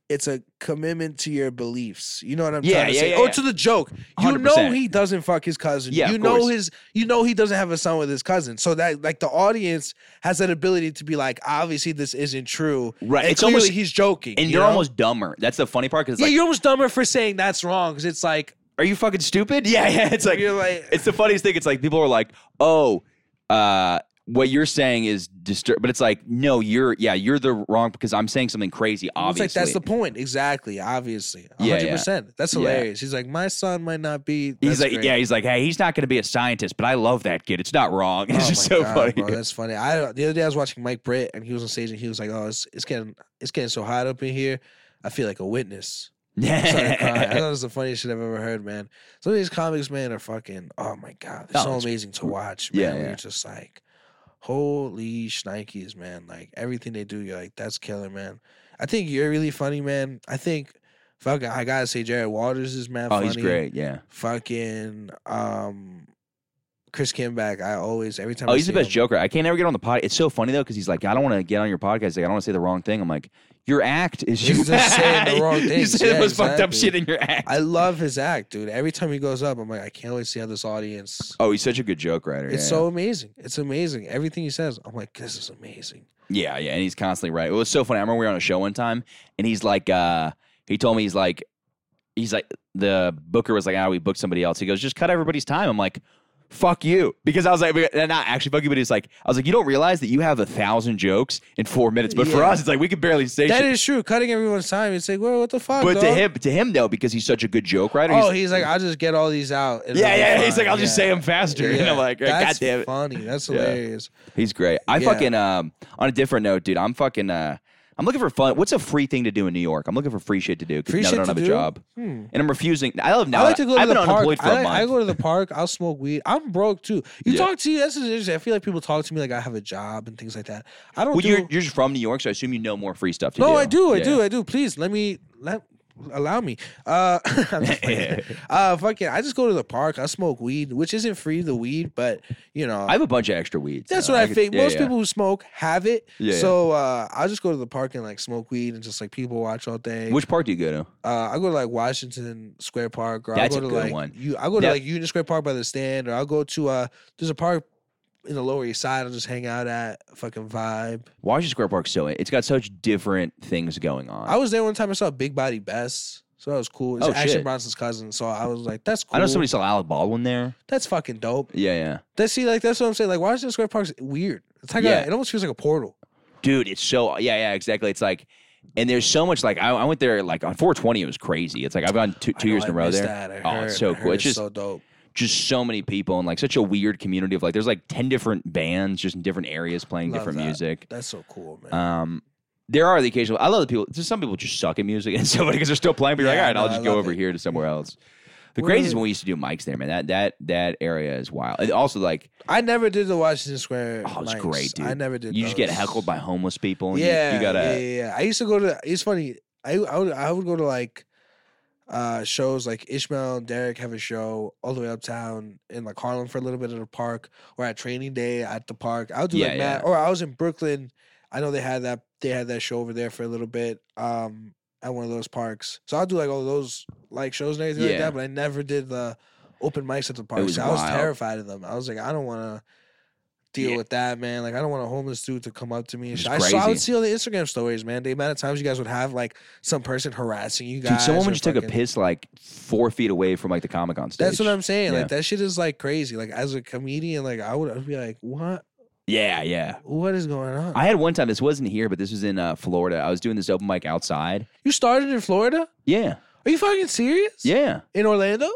E: it's a commitment to your beliefs. You know what I'm
D: Yeah,
E: trying to
D: yeah,
E: say?
D: yeah,
E: or
D: yeah.
E: to the joke. You
D: 100%.
E: know he doesn't fuck his cousin.
D: Yeah, of
E: you know
D: course.
E: his. You know he doesn't have a son with his cousin. So that like the audience has that ability to be like, obviously this isn't true.
D: Right,
E: And
D: it's
E: clearly
D: almost-
E: he's joking.
D: and
E: you
D: you're
E: know?
D: almost dumber. That's the funny part. Cause it's
E: yeah.
D: like,
E: you're almost dumber for saying that's wrong. Because it's like
D: are you fucking stupid? Yeah, yeah. It's like,
E: you're like
D: it's the funniest thing. It's like people are like, oh, uh, what you're saying is disturb, but it's like, no, you're yeah, you're the wrong because I'm saying something crazy. Obviously,
E: It's like that's the point. Exactly. Obviously. a
D: Yeah,
E: hundred
D: yeah.
E: percent. That's
D: Yeah.
E: hilarious. He's like, My son might not be
D: He's
E: that's
D: like,
E: great."
D: yeah, he's like, hey, he's not going to be a scientist, but I love that kid. It's not wrong. It's
E: Oh
D: just
E: my
D: so
E: God,
D: funny.
E: Bro, that's funny. I the other day I was watching Mike Britt and he was on stage and he was like, Oh, it's it's getting it's getting so hot up in here. I feel like a witness. I started crying. I thought it was the funniest shit I've ever heard, man. Some of these comics, man, are fucking oh my god. They're
D: No,
E: so
D: it's-
E: amazing to watch, man.
D: Yeah,
E: where
D: yeah.
E: You're just like, holy shnikes, man. Like everything they do, you're like, that's killer, man. I think you're really funny, man. I think fuck I gotta say Jared Waters is mad
D: oh,
E: funny
D: he's great. Yeah.
E: fucking um Chris Kimback. I always every time.
D: Oh,
E: I
D: he's the
E: see
D: best
E: him-
D: joker. I can't ever get on the pod. It's so funny though because he's like, I don't want to get on your podcast. He's Like, I don't want to say the wrong thing. I'm like, your act is you
E: He's just saying the wrong
D: you
E: things.
D: said the
E: Yeah,
D: most fucked up
E: exactly.
D: shit in your act.
E: I love his act, dude. Every time he goes up, I'm like, I can't wait to see how this audience.
D: oh, he's such a good joke writer.
E: It's
D: yeah.
E: so amazing. It's amazing. Everything he says, I'm like, this is amazing.
D: Yeah, yeah, and he's constantly right. It was so funny. I remember we were on a show one time, and he's like, uh, he told me he's like, he's like, the booker was like, ah, we booked somebody else. He goes, just cut everybody's time. I'm like, fuck you, because I was like, and not actually fuck you, but he's like, I was like, you don't realize that you have a thousand jokes in four minutes, but for
E: Yeah.
D: us, it's like we could barely say
E: That
D: shit.
E: is true. Cutting everyone's time. It's like, well, what the fuck?
D: but to
E: dog?
D: him, to him though, because he's such a good joke writer,
E: oh, he's like, I'll just get all these out. and
D: yeah,
E: it'll be
D: yeah. He's
E: fine."
D: like, I'll just
E: Yeah.
D: say them faster, and
E: Yeah.
D: I'm like,
E: that's
D: god damn it.
E: funny. That's
D: Yeah.
E: hilarious.
D: He's great. I
E: Yeah.
D: fucking um on a different note, dude. I'm fucking uh I'm looking for fun. What's a free thing to do in New York? I'm looking for free shit to do
E: Free
D: because now I
E: shit
D: don't
E: to
D: have a
E: do?
D: job,
E: Hmm.
D: and I'm refusing. I love now.
E: I like to go to
D: I've
E: the
D: been
E: park.
D: unemployed for
E: I,
D: a
E: like-
D: month.
E: I go to the park. I'll smoke weed. I'm broke too. You
D: Yeah.
E: talk to you. That's just interesting. I feel like people talk to me like I have a job and things like that. I don't.
D: well,
E: do,
D: you're, you're just from New York, so I assume you know more free stuff to do.
E: no, I do. I
D: Yeah.
E: do. I do. Please let me let allow me. Uh, I'm just playing. uh, fuck it. I just go to the park. I smoke weed, which isn't free the weed, but you know.
D: I have a bunch of extra weeds.
E: that's
D: now.
E: what I,
D: could-
E: think.
D: yeah,
E: Most
D: yeah.
E: people who smoke have it.
D: Yeah, yeah.
E: so uh, I'll just go to the park and like smoke weed and just like people watch all day.
D: Which park do you go to?
E: uh, I go to like Washington Square Park, or
D: That's
E: I
D: a
E: go to
D: good
E: like
D: one.
E: you. I go to
D: That-
E: like Union Square Park by the stand, or I'll go to uh, there's a park in the Lower East Side. I'll just hang out at fucking vibe.
D: Washington Square Park's so it's got such different things going on.
E: I was there one time. I saw Big Body Bess, so that was cool. It's
D: Oh,
E: Action
D: shit.
E: Bronson's cousin, so I was like, that's cool.
D: I know somebody saw Alec Baldwin there.
E: That's fucking dope.
D: Yeah, yeah,
E: That's see, like that's what I'm saying. Like Washington Square Park's weird. It's like
D: Yeah.
E: a, it almost feels like a portal.
D: dude. It's so yeah, yeah, exactly. It's like. And there's so much like I, I went there like on 420. It was crazy. It's like I've gone two, two
E: I know
D: years in
E: I
D: a row
E: missed
D: there.
E: That. I
D: oh,
E: heard,
D: it's so
E: I heard
D: cool. It's just
E: so dope.
D: just so many people and like such a weird community of like there's like 10 different bands just in different areas playing
E: Love
D: different
E: that.
D: music.
E: That's so cool, man.
D: Um, there are the occasional. I love the people. Just some people just suck at music, and so because they're still playing, but you're
E: Yeah,
D: like, all
E: no,
D: right, I'll
E: I
D: just go
E: love
D: over
E: it.
D: here to somewhere else. The
E: Where-
D: crazy is when we used to do mics there, man. That that that area is wild. And also, like,
E: I never did the Washington Square.
D: oh, it's
E: mics.
D: great, dude.
E: I never did.
D: You just get
E: those.
D: heckled by homeless people. And you-
E: yeah,
D: you, gotta.
E: Yeah, yeah, yeah. I used to go to. It's funny. I I would I would go to like uh shows like Ishmael and Derek have a show all the way uptown in like Harlem for a little bit at a park or at training day at the park. I'll do
D: Yeah,
E: like that. Or I was in Brooklyn. I know they had that they had that show over there for a little bit. Um at one of those parks. So I'll do like all those like shows and everything like
D: Yeah.
E: that, but I never did the open mics at the park.
D: was
E: so I was
D: wild.
E: terrified of them. I was like, I don't wanna deal
D: Yeah.
E: with that, man. Like I don't want a homeless dude to come up to me and
D: It's
E: shit. I saw I
D: crazy.
E: would see all the Instagram stories, man. The amount of times you guys would have like some person harassing you guys.
D: Dude, someone
E: or
D: just took a
E: fucking-
D: piss like four feet away from like the Comic Con stage.
E: That's what I'm saying.
D: Yeah.
E: Like that shit is like crazy. Like as a comedian, like I would I'd be like, what
D: Yeah, yeah.
E: what is going on?
D: I had one time. This wasn't here, but this was in uh, Florida. I was doing this open mic outside.
E: you started in Florida?
D: Yeah,
E: Are you fucking serious?
D: yeah.
E: In Orlando?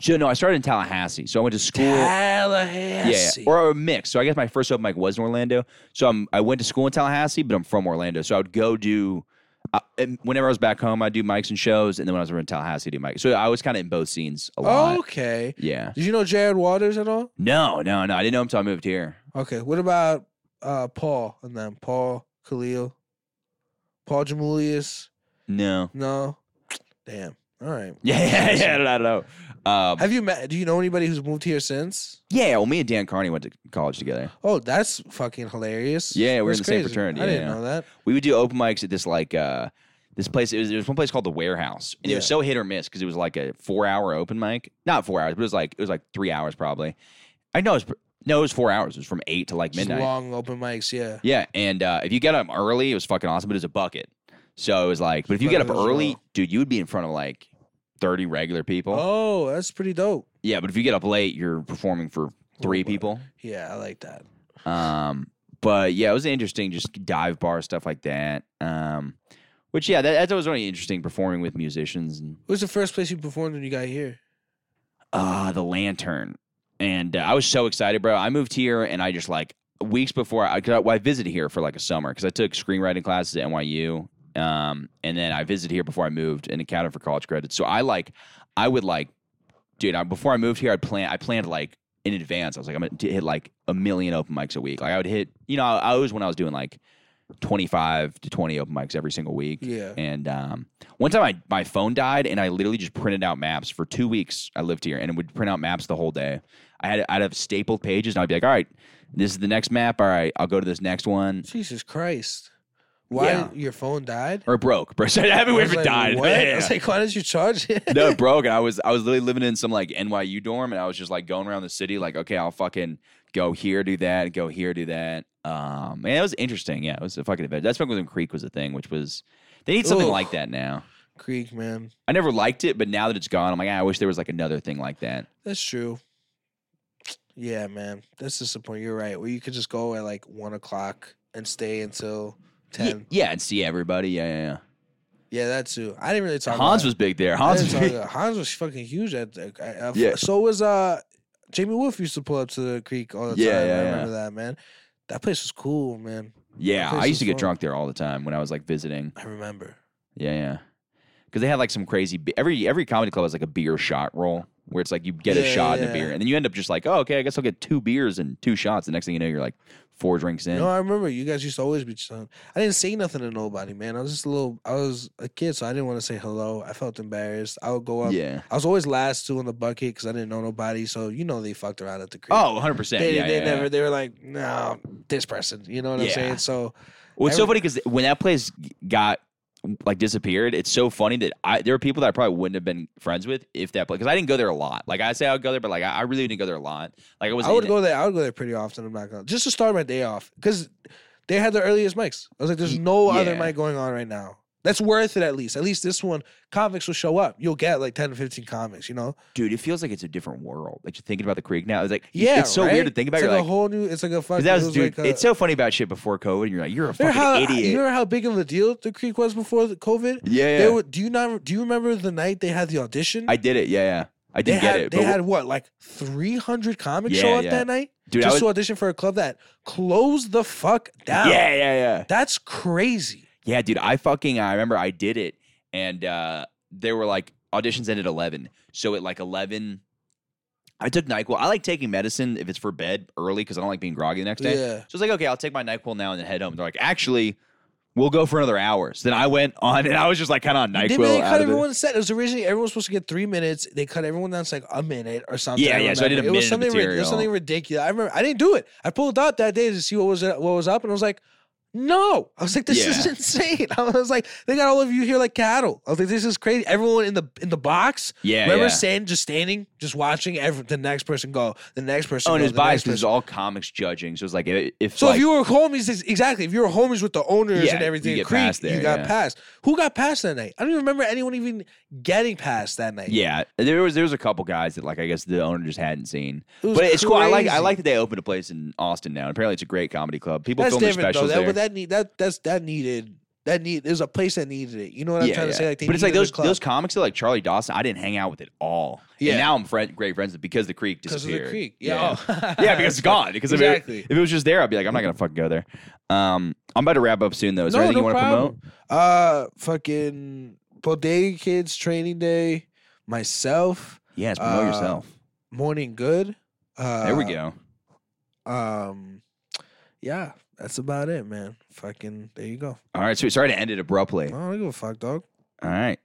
D: So no, I started in Tallahassee. So I went to school. yeah,
E: Tallahassee.
D: or a mix. So I guess my first open mic was in Orlando. So I'm, I went to school in Tallahassee, but I'm from Orlando. So I would go do. Uh, and whenever I was back home, I'd do mics and shows, and then when I was over in Tallahassee, I'd do mics. So I was kind of in both scenes a lot.
E: okay.
D: Yeah.
E: Did you know Jared Waters at all?
D: No, no, no. I didn't know him until I moved here.
E: Okay. What about uh Paul and then Paul Khalil? Paul Jamulius?
D: No.
E: No. Damn. All right.
D: Yeah, yeah, yeah. I don't, I don't know. Um,
E: Have you met? Do you know anybody who's moved here since?
D: yeah. Well, me and Dan Carney went to college together.
E: Oh, that's fucking hilarious.
D: Yeah, we're in
E: That's
D: the same
E: crazy.
D: fraternity,
E: I didn't
D: yeah.
E: know that.
D: we would do open mics at this like uh this place. It was, there was one place called the Warehouse, and it was
E: Yeah.
D: so hit or miss because it was like a four hour open mic, not four hours, but it was like it was like three hours probably. I know it was pr- no, it was four hours. It was from eight to like
E: Just
D: midnight.
E: long open mics. Yeah.
D: Yeah, and uh, if you get up early, it was fucking awesome. But it was a bucket, so it was like. But if you get up
E: Bucket as
D: early,
E: well.
D: dude, you would be in front of like thirty regular people.
E: Oh, that's pretty dope.
D: Yeah, but if you get up late, you're performing for three
E: Oh, my.
D: people.
E: Yeah, I like that.
D: Um, but yeah, it was interesting, just dive bar stuff like that. Um, which yeah, that, that was really interesting performing with musicians and
E: What was the first place you performed when you got here?
D: uh the lantern. And uh, I was so excited, bro. I moved here and I just like weeks before I, 'cause I, well, I visited here for like a summer because I took screenwriting classes at NYU. Um, and then I visited here before I moved and accounted for college credits. So I like, I would like, dude, I, before I moved here, I'd plan, I planned like in advance. I was like, I'm going to hit like a million open mics a week. Like I would hit, you know, I, I was when I was doing like 25 to 20 open mics every single week.
E: Yeah.
D: And um, one time I, my phone died and I literally just printed out maps for two weeks. I lived here and would print out maps the whole day. I had, I'd have stapled pages and I'd be like, all right, this is the next map. All right, I'll go to this next one.
E: Jesus Christ. Why
D: Yeah.
E: your phone died?
D: Or it broke, bro. So I haven't
E: I was
D: even
E: like,
D: died.
E: What?
D: Yeah.
E: I was like, why did you charge it?
D: no, it broke. And I was I was literally living in some like NYU dorm, and I was just like going around the city, like, okay, I'll fucking go here, do that, go here, do that. Um, and it was interesting. Yeah, it was a fucking event. That's back when Creek was a thing, which was they need something
E: Ugh.
D: like that now.
E: Creek, man.
D: I never liked it, but now that it's gone, I'm like, "Ah, I wish there was like another thing like that.
E: That's true. Yeah, man. That's disappointing. You're right. Where you could just go at like one o'clock and stay until
D: Ye-
E: ten.
D: yeah, and see everybody. Yeah, yeah,
E: Yeah, that too. I didn't really
D: yeah.
E: talk.
D: Hans
E: about
D: was big there.
E: it. I
D: Hans was
E: didn't talk
D: big.
E: about it. Hans was fucking huge at. The, I- I-
D: Yeah.
E: So was uh, Jamie Wolf used to pull up to the creek all the
D: Yeah,
E: time.
D: yeah,
E: I
D: yeah.
E: remember that man. That place was cool, man.
D: Yeah,
E: place
D: I used to
E: was
D: get
E: fun.
D: drunk there all the time when I was like visiting.
E: I remember.
D: Yeah, yeah. Because they had like some crazy be- every every comedy club has like a beer shot roll where it's like you get a
E: Yeah,
D: shot and a
E: yeah.
D: beer, and then you end up just like, oh, okay, I guess I'll get two beers and two shots. The next thing you know, you're like four drinks in.
E: No, I remember you guys used to always be just on. I didn't say nothing to nobody, man. I was just a little. I was a kid, so I didn't want to say hello. I felt embarrassed. I would go up.
D: yeah.
E: I was always last two in the bucket because I didn't know nobody. So you know they fucked around at the creek.
D: Oh, 100 percent.
E: they,
D: yeah,
E: they
D: yeah,
E: never.
D: yeah.
E: They were like, no, this person. You know what I'm
D: Yeah.
E: saying? So
D: Well, it's so
E: every-
D: funny because when that place g- got like disappeared, it's so funny that I there were people that I probably wouldn't have been friends with if that place because I didn't go there a lot. Like I say, I would go there, but like I, I really didn't go there a lot. Like I was.
E: I would go there. I would go there pretty often. I'm not gonna just to start my day off because they had the earliest mics. I was like, there's
D: Ye-
E: no other
D: yeah.
E: mic going on right now. That's worth it at least. At least this one, comics will show up. You'll get like 10 to 15 comics, you know?
D: dude. It feels like it's a different world. Like just thinking about the creek now, it's like
E: Yeah.
D: it's so
E: right?
D: weird to think about.
E: It's
D: You're
E: like a
D: like,
E: whole new, it's like a fucking,
D: Because that
E: it
D: was,
E: was
D: dude.
E: like a-
D: it's so funny about shit before COVID, and you're like, you're a fucking
E: remember how, uh,
D: idiot.
E: You remember how big of a deal the Creek was before the COVID?
D: yeah,
E: They were, do you not do you remember the night they had the audition?
D: I did it. Yeah, I
E: They
D: did get
E: had
D: it.
E: they
D: but-
E: had what like 300 comics
D: Yeah,
E: show up
D: yeah.
E: that night
D: dude, I
E: just
D: was,
E: to audition for a club that closed the fuck down.
D: yeah, yeah, yeah.
E: that's crazy.
D: Yeah, dude, I fucking I remember I did it, and uh there were like auditions ended eleven, so at like eleven, I took Nyquil. I like taking medicine if it's for bed early because I don't like being groggy the next day.
E: Yeah.
D: So I was like, okay, I'll take my Nyquil now and then head home. They're like, actually, we'll go for another hour. So then I went on, and I was just like kind of on
E: Didn't they
D: Nyquil. out
E: cut
D: of it.
E: everyone's set? It was originally everyone was supposed to get three minutes. They cut everyone down to like a minute or something.
D: Yeah,
E: don't
D: yeah, so I did a
E: remember. it
D: minute
E: was
D: of
E: something, rid- it
D: material.
E: was something ridiculous. I remember I didn't do it. I pulled up that day to see what was what was up, and I was like, no. I was like, this is
D: Yeah.
E: insane. I was like, they got all of you here like cattle. I was like, this is crazy. Everyone in the in the box.
D: Yeah,
E: remember
D: yeah.
E: Stan just standing, just watching every, the next person go, the next person.
D: Oh, and
E: go,
D: his
E: the next
D: bias
E: person.
D: was all comics judging, so it was like if, if
E: So
D: like,
E: if you were homies, ex- exactly. If you were homies with the owners
D: Yeah,
E: and
D: you
E: everything,
D: get
E: Creek,
D: past there,
E: you got
D: yeah.
E: passed. Who got passed that night? I don't even remember anyone even getting passed that night.
D: Yeah, there was there was a couple guys that like I guess the owner just hadn't seen.
E: It was
D: but it's cool. I like I
E: crazy.
D: like that they opened a place in Austin now. Apparently, it's a great comedy club. People
E: that's
D: film their
E: different though.
D: specials
E: That,
D: there.
E: but that need that that's that needed that need. There's a place that needed it. You know what I'm
D: yeah,
E: trying
D: yeah.
E: to say? Like, they
D: but it's like
E: needed the
D: those
E: club
D: those comics are like Charlie Dawson. I didn't hang out with it all. Yeah.
E: Yeah.
D: And now I'm friend, great friends with- because the creek
E: because of
D: disappeared.
E: the creek. Yeah, oh.
D: yeah, because it's gone. Because if it-
E: Exactly.
D: if, it, was just there, I'd be like, I'm not gonna fucking go there. Um, I'm about to wrap up soon though. Is
E: no,
D: there anything
E: no
D: you want
E: problem.
D: to promote?
E: Uh, fucking bodega kids training day. Myself,
D: Yes, promote
E: Uh,
D: yourself.
E: morning good. Uh,
D: There we go.
E: Um, yeah, that's about it, man. Fucking, there you go.
D: All right, sweet. Sorry to end it abruptly.
E: I don't give a fuck, dog.
D: All right.